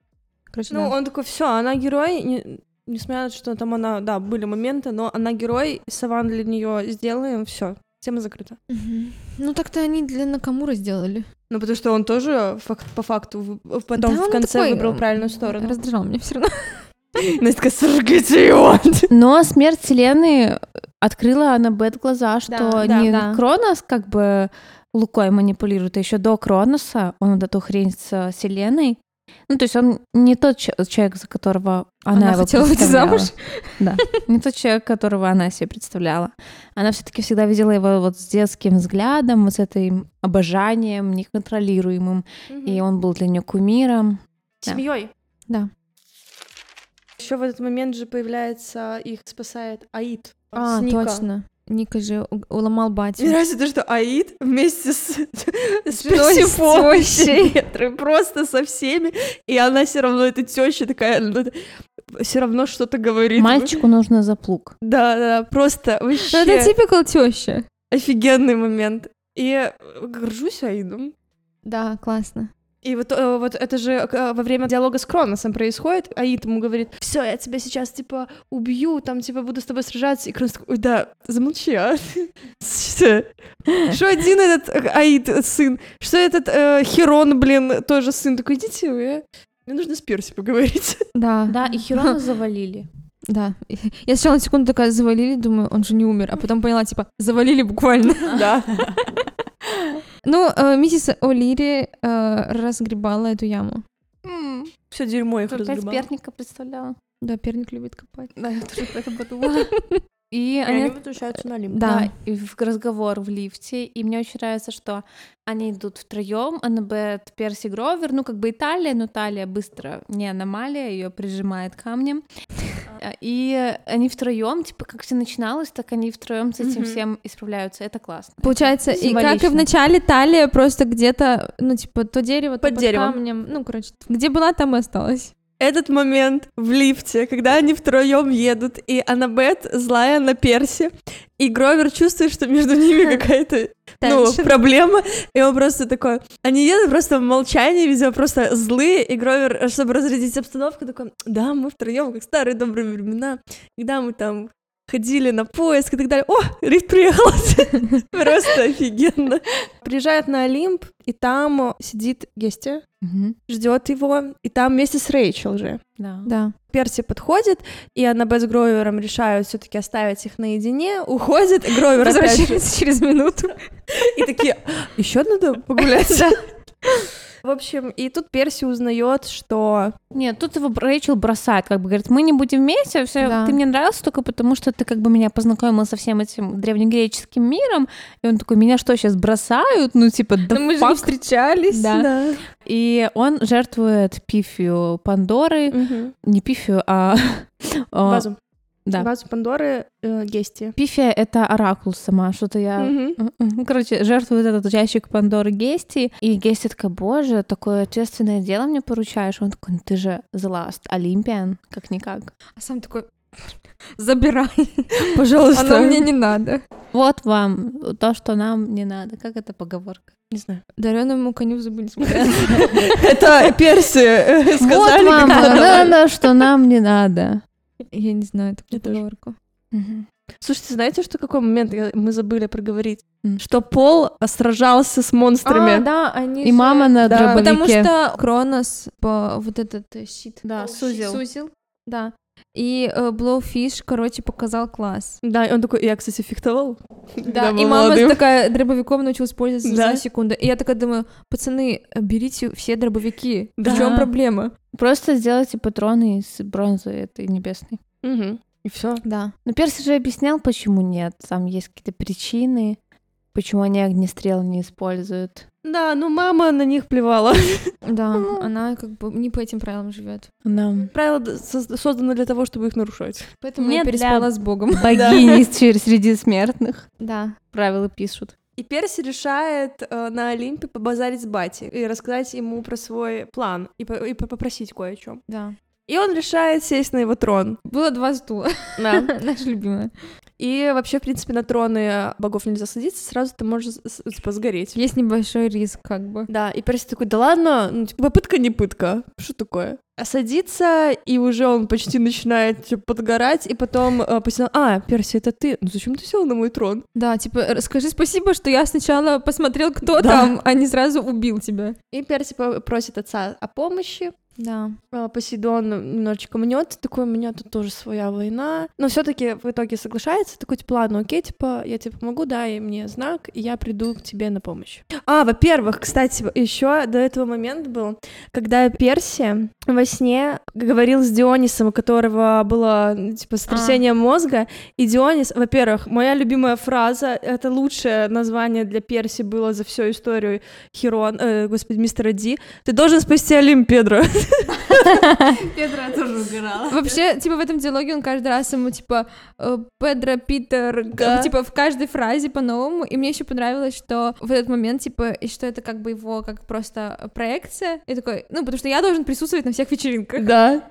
Короче,
Ну,
да.
он такой, все, она герой, не- несмотря на то, что там она, да, были моменты, но она герой, саван для нее сделаем, все, тема закрыта.
Мгм. Ну, так-то они для Накамура сделали.
Ну, потому что он тоже фак- по факту вы- потом
Да,
в
он
конце
такой,
выбрал
э,
правильную сторону.
Раздражал меня все равно.
Настя, сожгите его!
Но смерть Вселенной открыла Аннабет глаза, что
да,
не
да.
Кронос как бы Лукой манипулирует, а еще до Кроноса он вот эту хрень с Вселенной. Ну, то есть он не тот че- человек, за которого она,
Она
его
хотела выйти
представляла.
замуж?
Да, не тот человек, которого она себе представляла. Она все-таки всегда видела его вот с детским взглядом, вот с этим обожанием неконтролируемым, и он был для нее кумиром. да.
Семьей.
Да.
Еще в этот момент же появляется, их спасает Аид.
А,
с Ника.
точно. Ника же у- уломал
Мне
батю.
нравится то, что Аид вместе с, с
женой, с
Персефоной,
тёщей.
Петрой, просто со всеми, и она все равно, эта теща такая, все равно что-то говорит.
Мальчику нужно заплуг.
Да, да, просто
Ну,
вообще
это типикал теща.
офигенный момент. И горжусь Аидом.
Да, классно.
И вот, э, вот это же э, во время диалога с Кроносом происходит. Аид ему говорит, все, я тебя сейчас, типа, убью, там, типа, буду с тобой сражаться. И Кронос такой, «Ой, да, замолчи, а. Что Что один этот э, Аид э, сын, что этот э, Херон, блин, тоже сын. Такой, идите вы, а». Мне нужно с Перси поговорить.
Да.
Да, и Хирона завалили.
Да. Я сначала на секунду такая завалили, думаю, он же не умер, а потом поняла, типа, завалили буквально.
Да.
Ну, э, миссис О'Лири э, разгребала эту яму.
Все дерьмо их
Опять
разгребало.
перника представляла.
Да, перник любит копать.
Да, я тоже про это подумала. И
И Они
они
возвращаются на Олимп.
Да.
Да, и в разговор в лифте. И мне очень нравится, что они идут втроем, Аннабет, Перси Гровер, ну как бы Италия, но Италия быстро не аномалия, ее прижимает камнем. А, И они втроем, типа, как все начиналось, так они втроем с этим
Мгм.
всем исправляются. Это классно.
Получается, и как и
Символично.
в начале талия просто где-то, ну, типа, то дерево, то
Под
под,
деревом.
камнем. Ну, короче, где была, там и осталась.
Этот момент в лифте, когда они втроем едут, и Аннабет злая на Перси, и Гровер чувствует, что между ними какая-то ну,
Теншн.
проблема, и он просто такой... Они едут просто в молчании, видимо, просто злые, и Гровер, чтобы разрядить обстановку, такой, да, мы втроем, как старые добрые времена, когда мы там ходили на поиск и так далее. О, Рифт приехал! Просто офигенно. Приезжает на Олимп, и там сидит Гестия, ждет его, и там вместе с Рэйчел же.
Да.
Да.
Перси подходит, и Аннабет с Гровером решают все таки оставить их наедине, уходит, и Гровер опять же-
Возвращается через минуту.
и такие, «А, еще надо погулять. В общем, и тут Перси узнает, что...
Нет, тут его Рэйчел бросает, как бы говорит, мы не будем вместе, все,
Да.
ты мне нравился только потому, что ты как бы меня познакомила со всем этим древнегреческим миром, и он такой, меня что, сейчас бросают? Ну, типа, да fuck?»
встречались.
Да. И он жертвует пифию Пандоры,
Мгм.
не пифию, а... а,
Вазу.
Да.
Вазу Пандоры э, Гести.
Пифия — это оракул сама, что-то я...
Мгм.
Ну, Короче, жертвует этот ящик Пандоры Гести. И Гести такая, боже, такое ответственное дело мне поручаешь. Он такой, ну ты же The Last Olympian, как-никак.
А сам такой, забирай,
Пожалуйста.
оно мне не надо.
Вот вам то, что нам не надо. Как это поговорка?
Не знаю.
Дареному коню забыли смотреть.
Это Перси э,
Вот
сказали.
вам
как надо.
то, что нам не надо.
Я не знаю такую
Я тоже.
поговорку.
Слушайте, знаете, что какой момент я- мы забыли проговорить?
М.
Что Пол сражался с монстрами.
да, они
И мама на
Да.
дробовике.
Потому что Кронос, по- вот этот э, щит.
Да,
О,
сузил.
Сузил, да. И э, Блоуфиш, короче, показал класс.
Да, и он такой, я, кстати, фехтовал.
Да,
Когда был
и мама
молодым.
такая дробовиком научилась пользоваться
Да.
за секунду. И я такая думаю, пацаны, э, берите все дробовики.
Да.
В чем проблема?
Просто сделайте патроны из бронзы этой небесной.
Мгм. И все.
Да.
Но Перси же объяснял, почему нет. Там есть какие-то причины, почему они огнестрел не используют.
Да, ну мама на них плевала.
Да,
Ну.
она как бы не по этим правилам живет.
Нам
Правила д- соз- созданы для того, чтобы их нарушать.
Поэтому
Не
я
для-
переспала с Богом.
богини сер- среди смертных
Да.
правила пишут.
И Перси решает э, на Олимпе побазарить с Бати и рассказать ему про свой план и, по- и по- попросить кое о чем.
Да.
И он решает сесть на его трон.
Было два стула. Наша любимая.
И вообще, в принципе, на троны богов нельзя садиться, сразу ты можешь с- с- типа, сгореть.
Есть небольшой риск, как бы.
Да, и Перси такой, да ладно, ну, типа, попытка не пытка, что такое? А садится, и уже он почти начинает типа, подгорать, и потом э, посидел, а, Перси, это ты, ну зачем ты сел на мой трон?
Да, типа, расскажи спасибо, что я сначала посмотрел, кто
Да.
там, а не сразу убил тебя.
И Перси по- просит отца о помощи,
Да.
А, Посейдон немножечко мнет, такой, у меня тут тоже своя война. Но все таки в итоге соглашается, такой, типа, ладно, окей, типа, я тебе помогу, дай мне знак, и я приду к тебе на помощь. А, во-первых, кстати, еще до этого момент был, когда Перси во сне говорил с Дионисом, у которого было, ну, типа, сотрясение мозга, и Дионис, во-первых, моя любимая фраза, это лучшее название для Перси было за всю историю Херон, э, господи, мистера Ди, ты должен спасти Олимп, Педро.
Педра тоже угорала.
Вообще, типа, в этом диалоге он каждый раз ему, типа, э, Педро, Питер, г-
Да.
типа, в каждой фразе по-новому. И мне еще понравилось, что в этот момент, типа, и что это как бы его, как просто проекция. И такой, ну, потому что я должен присутствовать на всех вечеринках.
Да,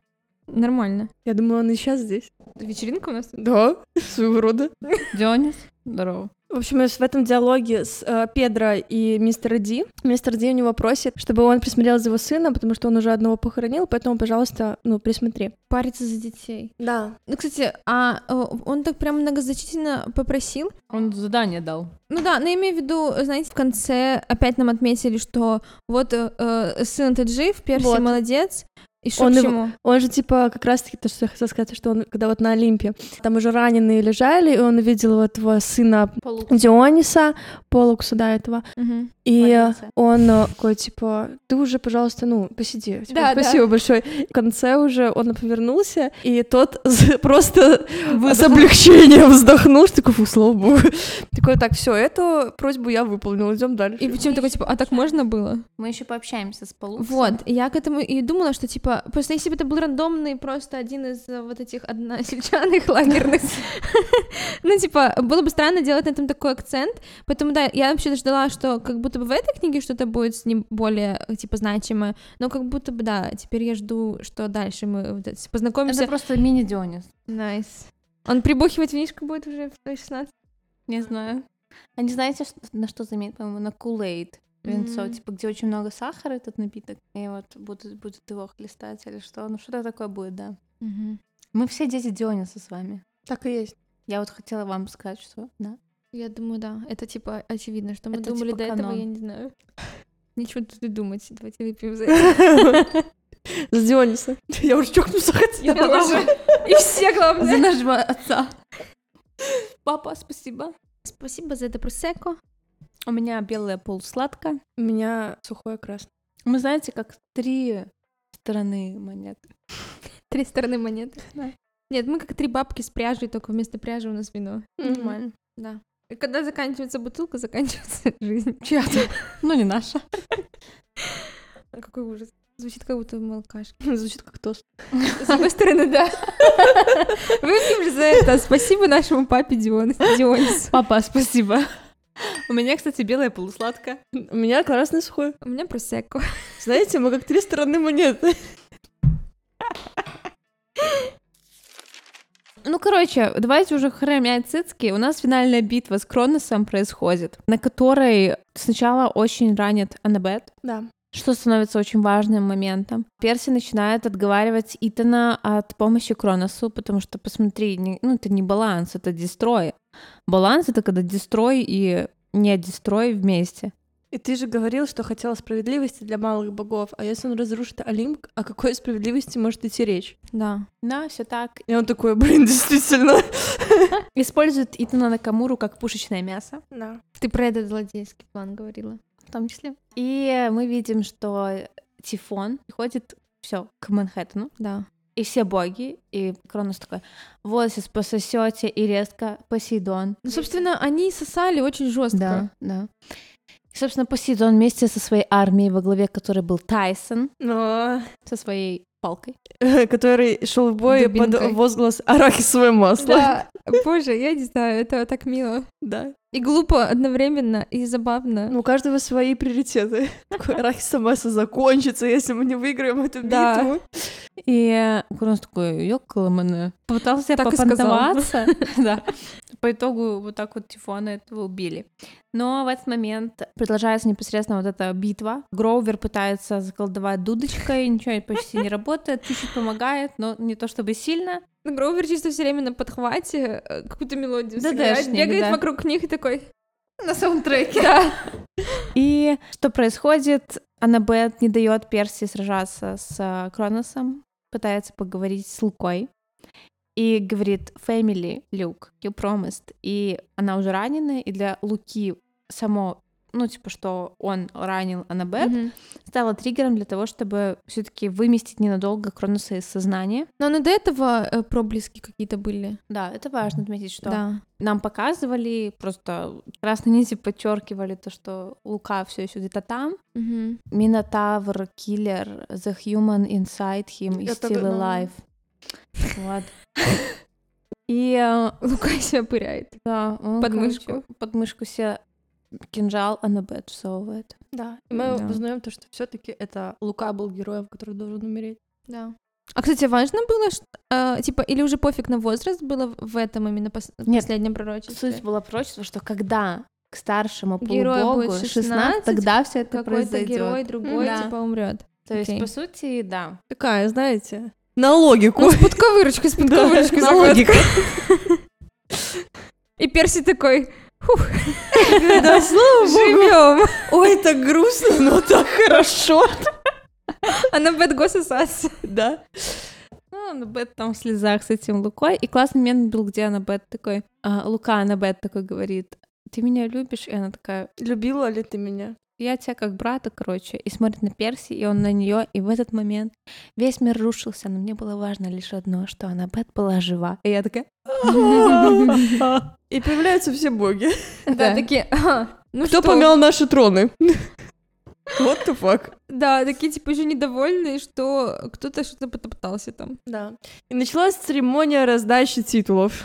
Нормально.
Я думаю, он и сейчас здесь.
Вечеринка у нас тут.
Да, своего рода.
Дёнис, здорово.
В общем, в этом диалоге с э, Педро и мистер Ди, мистер Ди у него просит, чтобы он присмотрел за его сына, потому что он уже одного похоронил, поэтому, пожалуйста, ну, присмотри.
Париться за детей.
Да.
Ну, кстати, а э, он так прям многозначительно попросил,
Он задание дал.
Ну да, но я имею в виду, знаете, в конце опять нам отметили, что вот э, э, сын этот жив, Перси
Вот.
молодец, И что
Он
к
его-
чему?
Он же, типа, как раз-таки то, что я хотела сказать, что он, когда вот на Олимпе, там уже раненые лежали, и он увидел вот его сына Диониса, Полукса, да, этого,
Мгм.
и
Полинца.
он э, такой, типа, ты уже, пожалуйста, ну, посиди. Типа,
Да, да.
спасибо большое. В конце уже он повернулся, и тот просто с облегчением вздохнул, что такой, фу, слава богу. Такой, так, все, эту просьбу я выполнил, идем дальше.
И причем такой, типа, а так можно было?
Мы еще пообщаемся с Полу.
Вот, и я к этому и думала, что, типа, просто если бы это был рандомный просто один из э, вот этих односельчанных лагерных, ну, типа, было бы странно делать на этом такой акцент, поэтому, да, я вообще ждала, что как будто бы в этой книге что-то будет с ним более, э, типа, значимое, но как будто бы, да, теперь я жду, что дальше мы вот это-
Это
познакомимся.
просто мини-Дионис.
Найс. Он прибухивать винишко будет уже в той 16?
Не знаю. А не знаете, ш- на что заменит, по-моему, на кулейд винцо,
М.
типа, где очень много сахара этот напиток, и вот будут, будет его хлестать или что, ну что-то такое будет, да. Мы все дети Диониса с вами.
Так и есть.
Я вот хотела вам сказать, что да.
Я думаю, да. Это типа очевидно, что мы
Это,
думали
типа,
до этого,
канон.
я не знаю. Ничего тут и думать. Давайте выпьем за это.
С Диониса. Я уже чокнуться
Я
хотела.
тоже. И все,
За
главное.
нашего отца. Папа, спасибо.
Спасибо за это просеку.
У меня белая полусладка.
У меня сухое красное.
Мы знаете, как три стороны монеты.
Три стороны монеты. Нет, мы как три бабки с пряжей, только вместо пряжи у нас вино.
Нормально.
Да. И когда заканчивается бутылка, заканчивается жизнь.
Чья-то. Ну, не наша.
А Какой ужас. Звучит как будто молкаш.
Звучит как тост.
С одной стороны, да. Выпьем же за это. Спасибо нашему папе Дионис- Дионису.
Папа, спасибо. У меня, кстати, белая полусладка.
У меня красное сухое.
У меня просеку.
Знаете, мы как три стороны монеты.
Ну, короче, давайте уже хромять цицки. У нас финальная битва с Кроносом происходит, на которой сначала очень ранит Аннабет,
Да.
что становится очень важным моментом. Перси начинает отговаривать Итана от помощи Кроносу, потому что, посмотри, не- ну, это не баланс, это дестрой. Баланс — это когда дестрой и не дестрой вместе.
И ты же говорил, что хотела справедливости для малых богов, а если он разрушит Олимп, о какой справедливости может идти речь?
Да.
Да, все так.
И он такой, блин, действительно.
Использует Итана Накамуру как пушечное мясо.
Да.
Ты про этот злодейский план говорила.
в том числе. И мы видим, что Тифон приходит все к Манхэттену,
Да.
и все боги, и Кронос такой, вот сейчас пососете и резко Посейдон.
Ну, собственно, они сосали очень жестко.
Да, да. И, собственно, Посейдон вместе со своей армией, во главе которой был Тайсон,
Но... э,
со своей палкой.
Который шел в бой
Дубинкой.
под возглас арахисовое масло.
Да, боже, я не знаю, это так мило.
Да.
И глупо одновременно, и забавно.
Ну, у каждого свои приоритеты. Такое арахисовое масло закончится, если мы не выиграем эту
Да.
битву.
И Кронос такой, ёкаламане. Пытался
Так и
попонтоваться. Да. По итогу вот так вот Тифона этого убили. Но в этот момент продолжается непосредственно вот эта битва. Гроувер пытается заколдовать дудочкой, ничего почти не работает, чуть-чуть помогает, но не то чтобы сильно.
Ну, Гроувер чисто все время на подхвате э, какую-то мелодию
Да,
сыграет,
дэшник,
бегает
да.
вокруг них и такой...
На саундтреке. Да. И что происходит? Аннабет не дает Перси сражаться с э, Кроносом, пытается поговорить с Лукой и говорит «Family, Люк, you promised». И она уже ранена, и для Луки само, ну, типа, что он ранил Аннабет,
Мгм.
стало триггером для того, чтобы все таки выместить ненадолго Кроноса из сознания.
Но ну, до этого э, проблески какие-то были.
Да, это важно отметить, что
Да.
нам показывали, просто красные нити подчеркивали то, что Лука все еще где-то там,
Мгм.
Минотавр, Киллер, The Human Inside Him и
Это
Still
да.
Alive. Вот. И э,
Лука себя пыряет.
да, он,
Под
короче,
мышку.
под мышку себе кинжал Аннабет всовывает.
Да. И мы
Да.
узнаем то, что все-таки это Лука был героем, который должен умереть.
Да. А, кстати, важно было, что, э, типа, или уже пофиг на возраст было в этом именно пос-
Нет.
последнем пророчестве?
Суть была пророчества, что когда к старшему
Герою
полубогу
будет
16,
16,
тогда все это
Какой-то
произойдет.
герой другой,
Да.
типа, умрет.
То есть,
Окей.
по сути, да.
Такая, знаете, на логику.
Ну, с подковырочкой, с подковырочкой
на
загадка.
логику.
И Перси такой,
Да, слава богу.
живем.
Ой, так грустно, но так хорошо.
Аннабет Госасас.
Да.
Ну, Аннабет там в слезах с этим Лукой. И классный момент был, где Аннабет такой... а, Лука Аннабет такой говорит, ты меня любишь? И она такая,
Любила ли ты меня?
я тебя как брата, короче. И смотрит на Перси, и он на нее. И в этот момент весь мир рушился, но мне было важно лишь одно, что Аннабет была жива. И я такая...
И появляются все боги.
Да, такие... «Ага, Ну
Кто
что?»
помял наши троны? Вот the fuck.
Да, такие типа еще недовольные, что кто-то что-то потоптался там.
Да. И началась церемония раздачи титулов.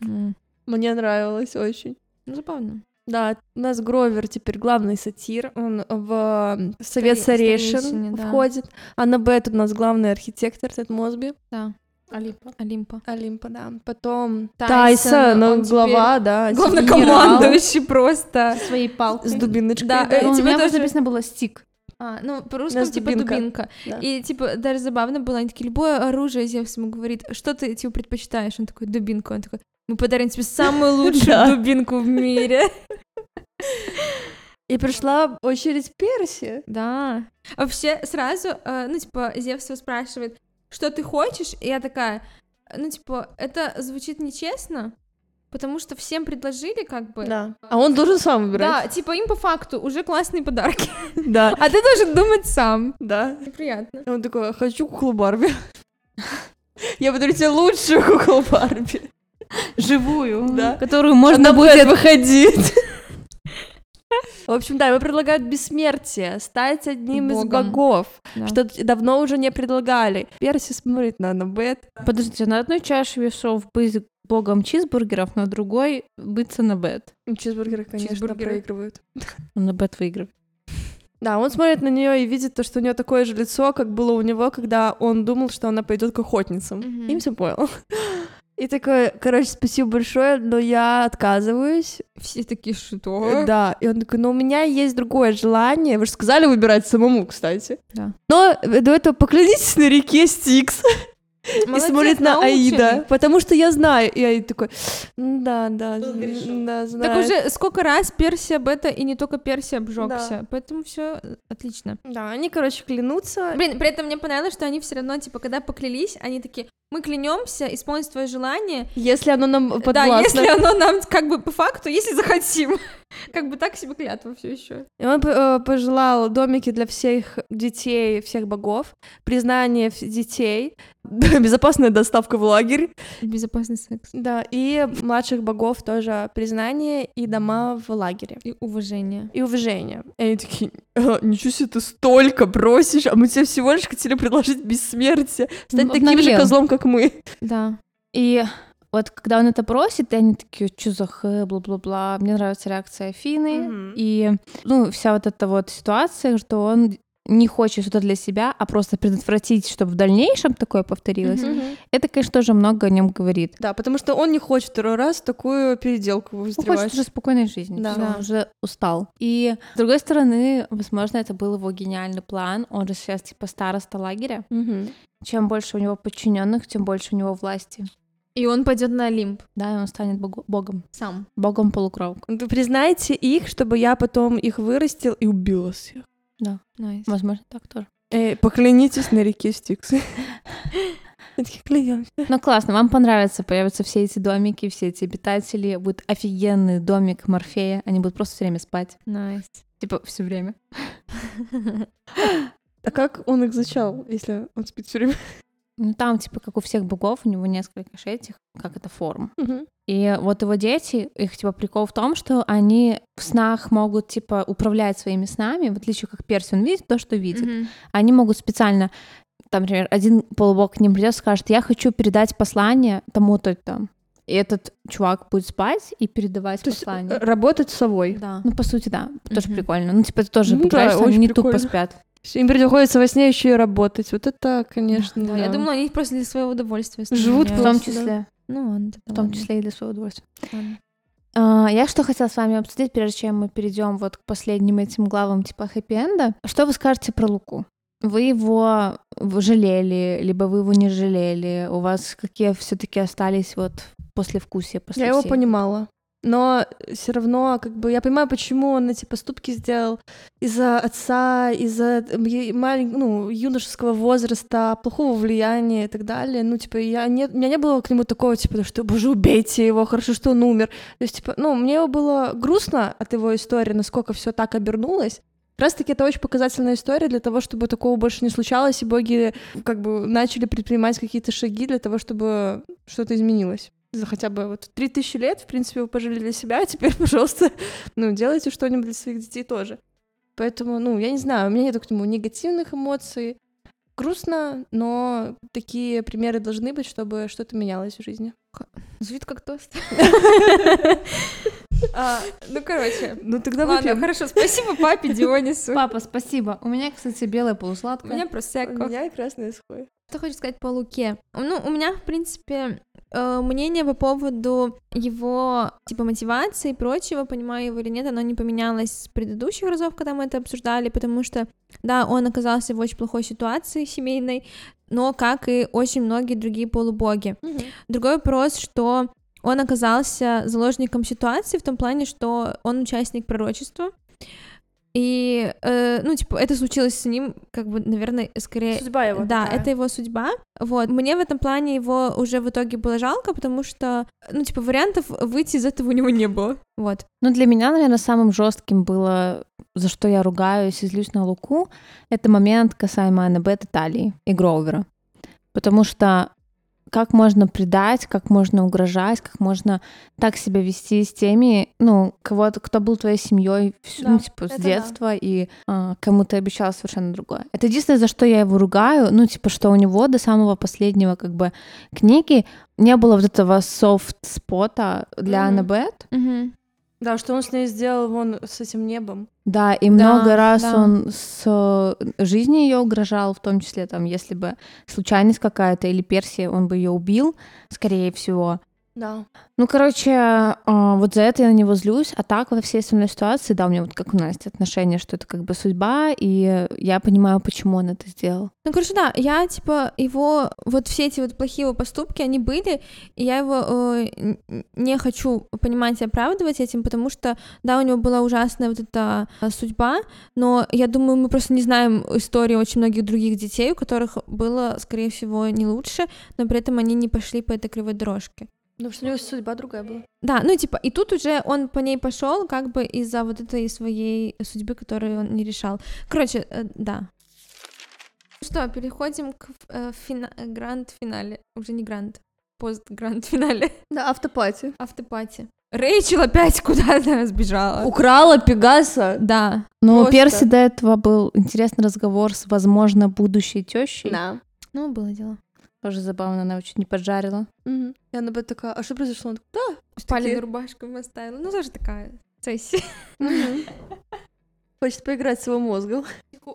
Мне нравилось очень.
Ну, забавно.
Да, у нас Гровер теперь главный сатир, он в э, Совет
Старе-
Старейшин
старейшине, да.
входит. Анна Бет у нас главный архитектор, Тед Мосби.
Да,
Олимпа.
Олимпа.
Олимпа, да. Потом
Тайсон,
Тайсон,
он
он
теперь
глава, да.
Главнокомандующий просто.
своей палкой.
С дубиночкой.
Да,
Ну,
э,
у
тебе
меня
тоже-
просто написано было стик.
А, ну,
У
по-русски
нас
типа
дубинка.
дубинка.
Да.
И, типа, даже забавно было, они такие, любое оружие Зевс ему говорит, что ты, типа, предпочитаешь? Он такой, дубинку. Он такой, мы подарим тебе самую
Да.
лучшую дубинку в мире.
И пришла очередь Перси.
Да. Вообще, сразу, э, ну, типа, Зевс его спрашивает, что ты хочешь? И я такая, ну, типа, это звучит нечестно, потому что всем предложили, как бы...
Да. А он должен сам выбирать.
Да, типа им по факту уже классные подарки,
Да.
а ты должен думать сам.
Да.
Неприятно.
И Он такой, хочу куклу Барби. Я подарю тебе лучшую куклу Барби.
Живую.
Да.
Которую можно будет...
выходить. В общем, да, ему предлагают бессмертие, стать одним из
Богом.
богов.
Да.
что т- давно уже не предлагали. Перси смотрит на Аннабет.
Подождите, на одной чаше весов быть богом чизбургеров, на другой быть на бет. Ну,
Чизбургеры, конечно,
Чизбургеры.
проигрывают.
На бет выигрывает.
Да, он смотрит на нее и видит то, что у нее такое же лицо, как было у него, когда он думал, что она пойдет к охотницам.
Мгм.
Им все понял. И такой, короче, спасибо большое, но я отказываюсь.
Все такие,
Э,
что?
Да. И он такой, но у меня есть другое желание. Вы же сказали выбирать самому, кстати.
Да.
Но э, до этого поклянитесь на реке Стикс. и
Молодец,
смотрит на
научен.
Аида. Потому что я знаю. И Аид такой, «М, да, да, м, да, знаю.
Так уже сколько раз Перси об это, и не только Перси обжегся. Поэтому все отлично.
Да, они, короче, клянутся.
Блин, при этом мне понравилось, что они все равно, типа, когда поклялись, они такие, мы клянемся исполнить твое желание.
Если оно нам
Да,
подвластно.
если оно нам, как бы, по факту, если захотим. как бы так себе клятва все еще.
И он э, пожелал домики для всех детей, всех богов, признание в- детей, безопасная доставка в лагерь.
Безопасный секс.
Да, и младших богов тоже признание и дома в лагере.
И уважение.
И уважение. И они такие, «А, ничего себе, ты столько просишь, а мы тебе всего лишь хотели предложить бессмертие. Стать
Ну,
таким же
обнаглел.
козлом, как мы.
Да.
И вот когда он это просит, и они такие, что за хэ, бла-бла-бла. Мне нравится реакция Афины. И, ну, вся вот эта вот ситуация, что он не хочет что-то для себя, а просто предотвратить, чтобы в дальнейшем такое повторилось.
Мгм.
Это, конечно, тоже много о нем говорит.
Да, потому что он не хочет второй раз в такую переделку
Он хочет
встревать.
уже спокойной жизни,
Да.
всё,
Да.
он уже устал. И с другой стороны, возможно, это был его гениальный план. Он же сейчас типа староста лагеря.
Мгм.
Чем больше у него подчиненных, тем больше у него власти.
И он пойдет на Олимп
Да, и он станет богу- богом,
сам.
богом полукровок.
Ну, Признайте их, чтобы я потом их вырастил и убила всех.
Найс.
Возможно, так тоже.
Эй, Э, поклянитесь на реке Стикс. Мы такие, «Клянёмся».
Но Ну, классно, вам понравится, появятся все эти домики, все эти обитатели, будет офигенный домик Морфея, они будут просто все время спать,
Найс.
типа все время.
А как он их зачал, если он спит все время?
Ну там типа как у всех богов, у него несколько этих, как это форм. И вот его дети, их типа прикол в том, что они в снах могут типа управлять своими снами, в отличие как Перси, он видит то, что видит.
Мгм.
Они могут специально, там, например, один полубог к ним придет и скажет, я хочу передать послание тому-то там. И этот чувак будет спать и передавать
То есть,
послание.
э, Работать с совой.
Да.
Ну, по сути, да, тоже
Мгм.
прикольно. Ну, типа, это тоже
Ну да,
потрясающе, они
очень
не
прикольно.
тупо спят.
Им приходится во сне еще и работать. Вот это, конечно.
Да, Я думала, они просто для своего удовольствия.
Ну, Живут
В том
Просто,
числе,
Ну, ладно,
в
тогда
том
ладно.
числе и для своего удовольствия.
Ладно.
А, Я что хотела с вами обсудить, прежде чем мы перейдем вот к последним этим главам типа хэппи-энда. Что вы скажете про Луку? Вы его в- жалели, либо вы его не жалели? У вас какие все-таки остались вот после вкусия, после
Я его
всей-
понимала. но все равно, как бы, я понимаю, почему он эти поступки сделал из-за отца, из-за м, е- малень- ну, юношеского возраста, плохого влияния и так далее. Ну, типа, я не, у меня не было к нему такого, типа, что, боже, убейте его, хорошо, что он умер. То есть, типа, ну, мне было грустно от его истории, насколько все так обернулось. Как раз-таки это очень показательная история для того, чтобы такого больше не случалось, и боги как бы начали предпринимать какие-то шаги для того, чтобы что-то изменилось. За хотя бы вот 3000 лет, в принципе, вы пожили для себя, а теперь, пожалуйста, ну, делайте что-нибудь для своих детей тоже. Поэтому, ну, я не знаю, у меня нет к нему негативных эмоций. Грустно, но такие примеры должны быть, чтобы что-то менялось в жизни.
Звучит как тост. А, Ну, короче.
Ну, тогда
Ладно,
выпьем.
хорошо, спасибо папе Дионису.
Папа, спасибо. У меня, кстати, белая полусладкая.
У меня просекко.
меня и красный схой.
Что хочу сказать по Луке? Ну, у меня, в принципе, э, мнение по поводу его, типа, мотивации и прочего, понимаю его или нет, оно не поменялось с предыдущих разов, когда мы это обсуждали, потому что, да, он оказался в очень плохой ситуации семейной, но, как и очень многие другие полубоги. Другой вопрос, что он оказался заложником ситуации в том плане, что он участник пророчества. И, э, ну, типа, это случилось с ним, как бы, наверное, скорее...
Судьба его.
да,
такая.
это его судьба. Вот. Мне в этом плане его уже в итоге было жалко, потому что, ну, типа, вариантов выйти из этого у него не было. Вот.
Ну, для меня, наверное, самым жестким было, за что я ругаюсь и злюсь на Луку, это момент касаемо Аннабет и Талии и Гроувера. Потому что как можно предать, как можно угрожать, как можно так себя вести с теми, ну, кого кто был твоей семьей всю,
Да,
ну, типа, с
это
детства, и а, кому ты обещал совершенно другое. Это единственное, за что я его ругаю, ну, типа, что у него до самого последнего, как бы, книги не было вот этого софт-спота для
Мгм.
Аннабет,
Да, что он с ней сделал вон с этим небом.
Да,
Да,
и много раз
да.
он с э, жизни ее угрожал, в том числе, там, если бы случайность какая-то или Персия, он бы ее убил, скорее всего.
Да.
Ну, короче, э, вот за это я на него злюсь, а так во всей остальной ситуации, да, у меня вот как у Насти отношение, что это как бы судьба, и я понимаю, почему он это сделал.
Ну, короче, да, я, типа, его, вот все эти вот плохие его поступки, они были, и я его э, н- не хочу, понимаете, оправдывать этим, потому что, да, у него была ужасная вот эта э, судьба, но я думаю, мы просто не знаем истории очень многих других детей, у которых было, скорее всего, не лучше, но при этом они не пошли по этой кривой дорожке.
Ну, что у него судьба другая была.
Да, ну типа, и тут уже он по ней пошел, как бы из-за вот этой своей судьбы, которую он не решал. Короче, э, да. Ну Что, переходим к э, фина- э, гранд-финале. Уже не гранд, пост-гранд-финале.
Да, автопати.
Автопати. Рэйчел опять куда-то сбежала.
Украла Пегаса.
Да.
Но у
Просто.
Перси до этого был интересный разговор с, возможно, будущей тещей.
Да.
Ну, было дело.
Тоже забавно, она его чуть не поджарила.
Мгм. И она бы такая, а что произошло? Он такой, да.
Спаленную рубашку ему оставила. Ну, тоже такая сессия.
Хочет поиграть с его мозгом.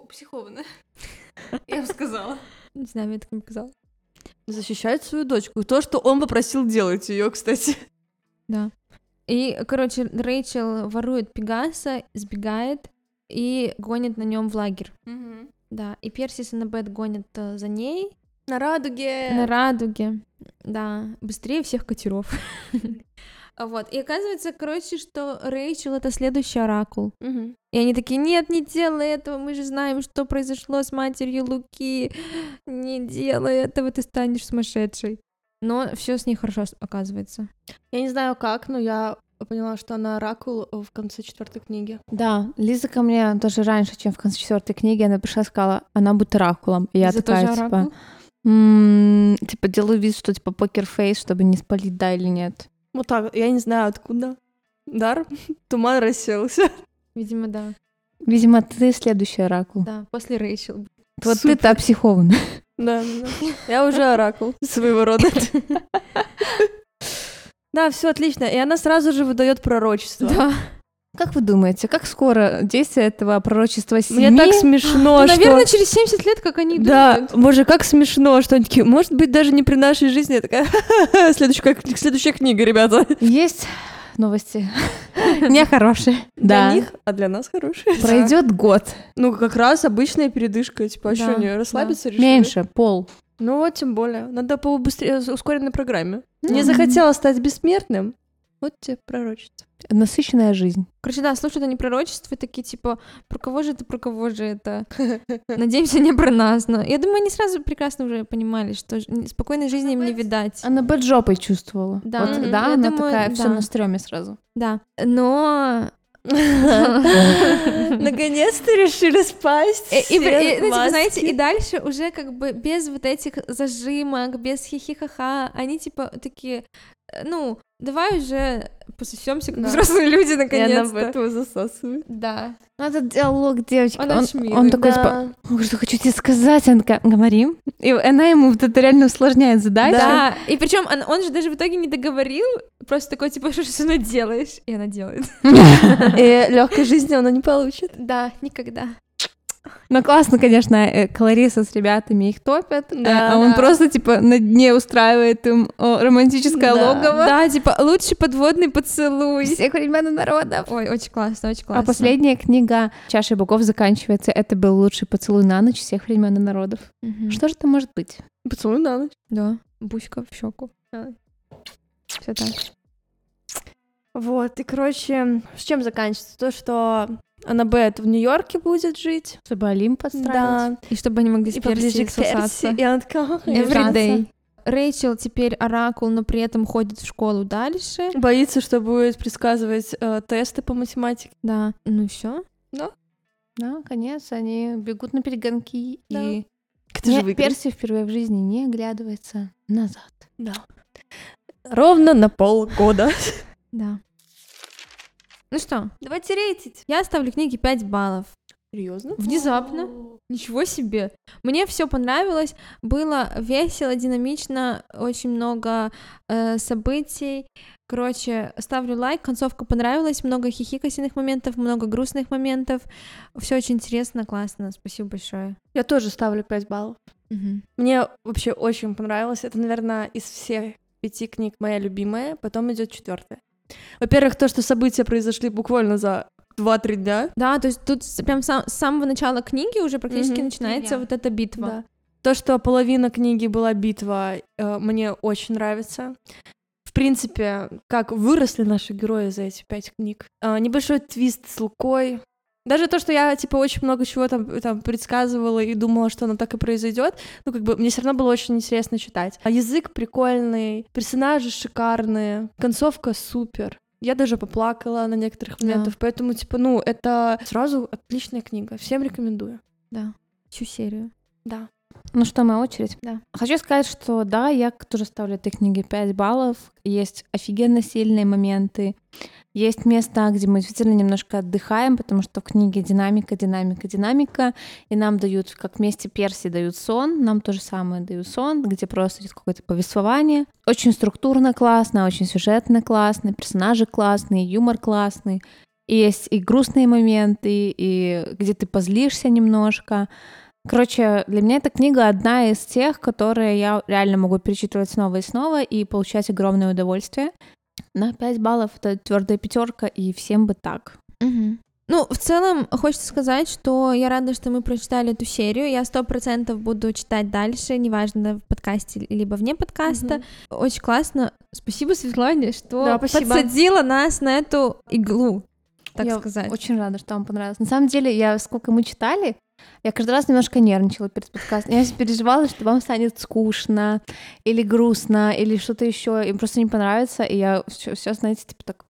Психованная. Я бы сказала.
Не знаю, мне так не показалось.
Защищает свою дочку. То, что он попросил делать ее, кстати.
Да. И, короче, Рэйчел ворует Пегаса, сбегает и гонит на нем в лагерь. Да, и Персис и Набет гонят э, за ней
На радуге.
на радуге. Э, Да, быстрее всех катеров. А Вот, и оказывается, короче, что Рэйчел — это следующий оракул.
Мгм.
И они такие, нет, не делай этого, мы же знаем, что произошло с матерью Луки. Не делай этого, ты станешь сумасшедшей. Но все с ней хорошо с- оказывается.
Я не знаю как, но я поняла, что она оракул в конце четвертой книги.
Да, Лиза ко мне даже раньше, чем в конце четвертой книги, она пришла и сказала, она будет оракулом. И я
Из-за
такая,
тоже
типа,
оракул?
«М, типа, делаю вид, что типа покерфейс, чтобы не спалить, да или нет.
Вот так, я не знаю откуда. Дар, туман расселся.
Видимо, да.
Видимо, ты следующий оракул.
Да, после Рэйчел.
Вот ты так психована.
Да, да. я уже оракул своего рода. Да, все отлично. И она сразу же выдает пророчество.
Да.
Как вы думаете, как скоро действие этого пророчества
Ну,
семьи?
Мне так смешно,
Наверное, Ну,
что...
через 70 лет, как они
Да,
думают.
боже, как смешно, что они такие, может быть, даже не при нашей жизни. Я такая, следующая, кни- следующая книга, ребята.
Есть новости. Нехорошие.
Для
Да.
них, а для нас хорошие.
Пройдет год.
Ну, как раз обычная передышка, типа, а
Да,
что, не расслабиться решили?
Меньше, пол.
Ну вот, тем более. Надо побыстрее, с э, ускоренной программе. Не
Да.
захотела стать бессмертным, Вот тебе пророчество.
Насыщенная жизнь.
Короче, да, слушают они пророчества и такие, типа, про кого же это, про кого же это? Надеемся, не про нас. Но я думаю, они сразу прекрасно уже понимали, что ж- н- спокойной жизни им не видать.
Она под жопой чувствовала.
Да.
Вот,
Мгм.
да,
Я
она
думаю,
такая, все
да.
на стреме сразу.
Да. Но...
Наконец-то решили спасть.
И, и- и-
все
ну, типа,
маски.
знаете, и дальше уже как бы без вот этих зажимок, без хихихаха, они типа такие, э, ну, давай уже пососемся, как
Да.
взрослые люди,
И она в
наконец-то.
этого засасывает.
Да.
Ну, этот диалог, девочки.
Он
Он,
очень милый,
он такой, типа,
Да.
«Ну, что хочу тебе сказать, она такая, говори. И она ему вот это реально усложняет задачу.
Да. И причем он, он же даже в итоге не договорил, просто такой, типа, что же ты со мной делаешь? И она делает.
И легкой жизни она не получит.
Да, никогда.
Ну, классно, конечно, э, Клариса с ребятами их топят, э,
Да,
а он
да.
просто, типа, на дне устраивает им о, романтическое
Да.
логово.
Да, типа, лучше подводный поцелуй.
Всех времен и народов.
Ой, очень классно, очень классно.
А последняя книга «Чаша богов» заканчивается «Это был лучший поцелуй на ночь всех времен и народов».
Мгм.
Что же это может быть?
Поцелуй на ночь.
Да, бучка в щеку. Все так.
Вот, и, короче, с чем заканчивается? То, что Аннабет в Нью-Йорке будет жить.
Чтобы Олимп
Да,
И чтобы они могли с
и
Перси
поближе к
сосаться.
Перси. И она такая... «Ах, я
Every-
жа-».
Everyday. Рэйчел теперь оракул, но при этом ходит в школу дальше.
Боится, что будет предсказывать э, тесты по математике.
Да, ну все.
Да, конец, они бегут на перегонки,
Да.
и
Кто же
не-
выиграет?
Перси впервые в жизни не оглядывается назад.
Да. Ровно на полгода.
Да. Ну что,
Давайте рейтить.
я ставлю книге 5 баллов.
Серьезно?
Внезапно. Ничего себе! Мне все понравилось, было весело, динамично, очень много э, событий. Короче, ставлю лайк, концовка понравилась, много хихикосиных моментов, много грустных моментов. Все очень интересно, классно, спасибо большое.
Я тоже ставлю 5 баллов. Мне вообще очень понравилось. Это, наверное, из всех пяти книг моя любимая. Потом идет четвертая. Во-первых, то, что события произошли буквально за 2-3 дня.
Да, то есть тут с- прям сам- с самого начала книги уже практически
Мгм.
начинается
Я.
вот эта битва.
Да. То, что половина книги была битва, э, мне очень нравится. В принципе, как выросли наши герои за эти пять книг. Э, небольшой твист с Лукой. Даже то, что я, типа, очень много чего там, там предсказывала и думала, что оно так и произойдет, ну, как бы, мне все равно было очень интересно читать. А язык прикольный, персонажи шикарные, концовка супер. Я даже поплакала на некоторых
Да.
моментах, поэтому, типа, ну, это сразу отличная книга. Всем рекомендую.
Всю серию.
Да.
Ну что, моя очередь?
Да.
Хочу сказать, что да, я тоже ставлю этой книге 5 баллов. Есть офигенно сильные моменты. Есть места, где мы действительно немножко отдыхаем, потому что в книге динамика, динамика, динамика. И нам дают, как вместе Перси дают сон, нам то же самое дают сон, где просто идет какое-то повествование. Очень структурно классно, очень сюжетно классно, персонажи классные, юмор классный. И есть и грустные моменты, и где ты позлишься немножко. Короче, для меня эта книга одна из тех, которые я реально могу перечитывать снова и снова и получать огромное удовольствие. На 5 баллов это твердая пятерка, и всем бы так.
Ну, в целом, хочется сказать, что я рада, что мы прочитали эту серию. Я сто процентов буду читать дальше, неважно, в подкасте либо вне подкаста.
Мгм.
Очень классно. Спасибо, Светлане, что
Да, спасибо.
подсадила нас на эту иглу, так
Я
сказать.
Очень рада, что вам понравилось. На самом деле, я сколько мы читали, я каждый раз немножко нервничала перед подкастом. Я всё переживала, что вам станет скучно или грустно, или что-то еще. Им просто не понравится. И я все, знаете, типа так.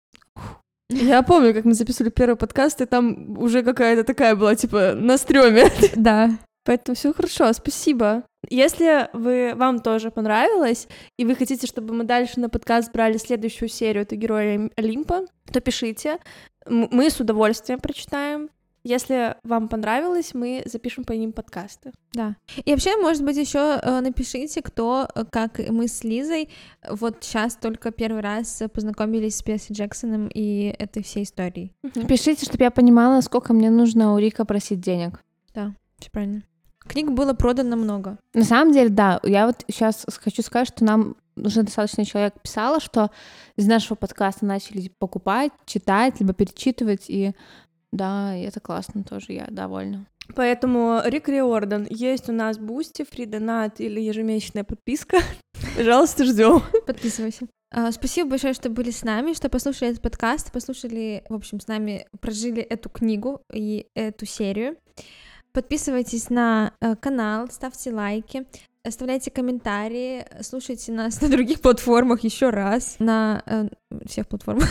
Я помню, как мы записывали первый подкаст, и там уже какая-то такая была, типа, на стреме.
Да.
Поэтому все хорошо, спасибо. Если вы, вам тоже понравилось, и вы хотите, чтобы мы дальше на подкаст брали следующую серию, это Герои Олим- Олимпа, то пишите. М- Мы с удовольствием прочитаем. Если вам понравилось, мы запишем по ним подкасты.
И вообще, может быть, еще э, напишите, кто, э, как и мы с Лизой, э, вот сейчас только первый раз э, познакомились с Перси Джексоном и этой всей историей.
Пишите, чтобы я понимала, сколько мне нужно у Рика просить денег.
Все правильно. Книг было продано много.
На самом деле, да, я вот сейчас хочу сказать, что нам уже достаточно человек писало, что из нашего подкаста начали покупать, читать, либо перечитывать, и да, и это классно тоже, я довольна.
Поэтому Рик Риордан, есть у нас Бусти, Фридонат или ежемесячная подписка. Пожалуйста, ждем.
Подписывайся. А, Спасибо большое, что были с нами, что послушали этот подкаст, послушали, в общем, с нами прожили эту книгу и эту серию. Подписывайтесь на э, канал, ставьте лайки, оставляйте комментарии, слушайте нас на других платформах еще раз, на э, всех платформах.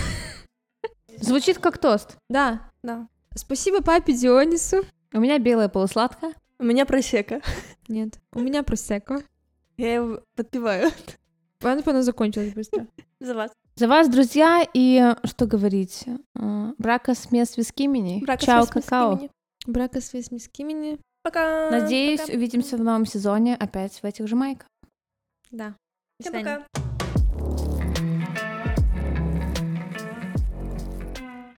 Звучит как тост.
Да,
Да.
спасибо папе Дионису.
У меня белая полусладкая.
У меня просека.
Нет, у меня просека.
Я его подпеваю
Ладно, бы оно закончилось быстро.
за вас.
За вас, друзья, и что говорить? Э, Брака с мест вискимени.
Брака с
Чао,
Весьмой
какао.
Скимени.
Брака с Весьмискимини.
Пока.
Надеюсь,
Пока.
увидимся в новом сезоне опять в этих же майках.
Да. До
Всем
свидания.
пока.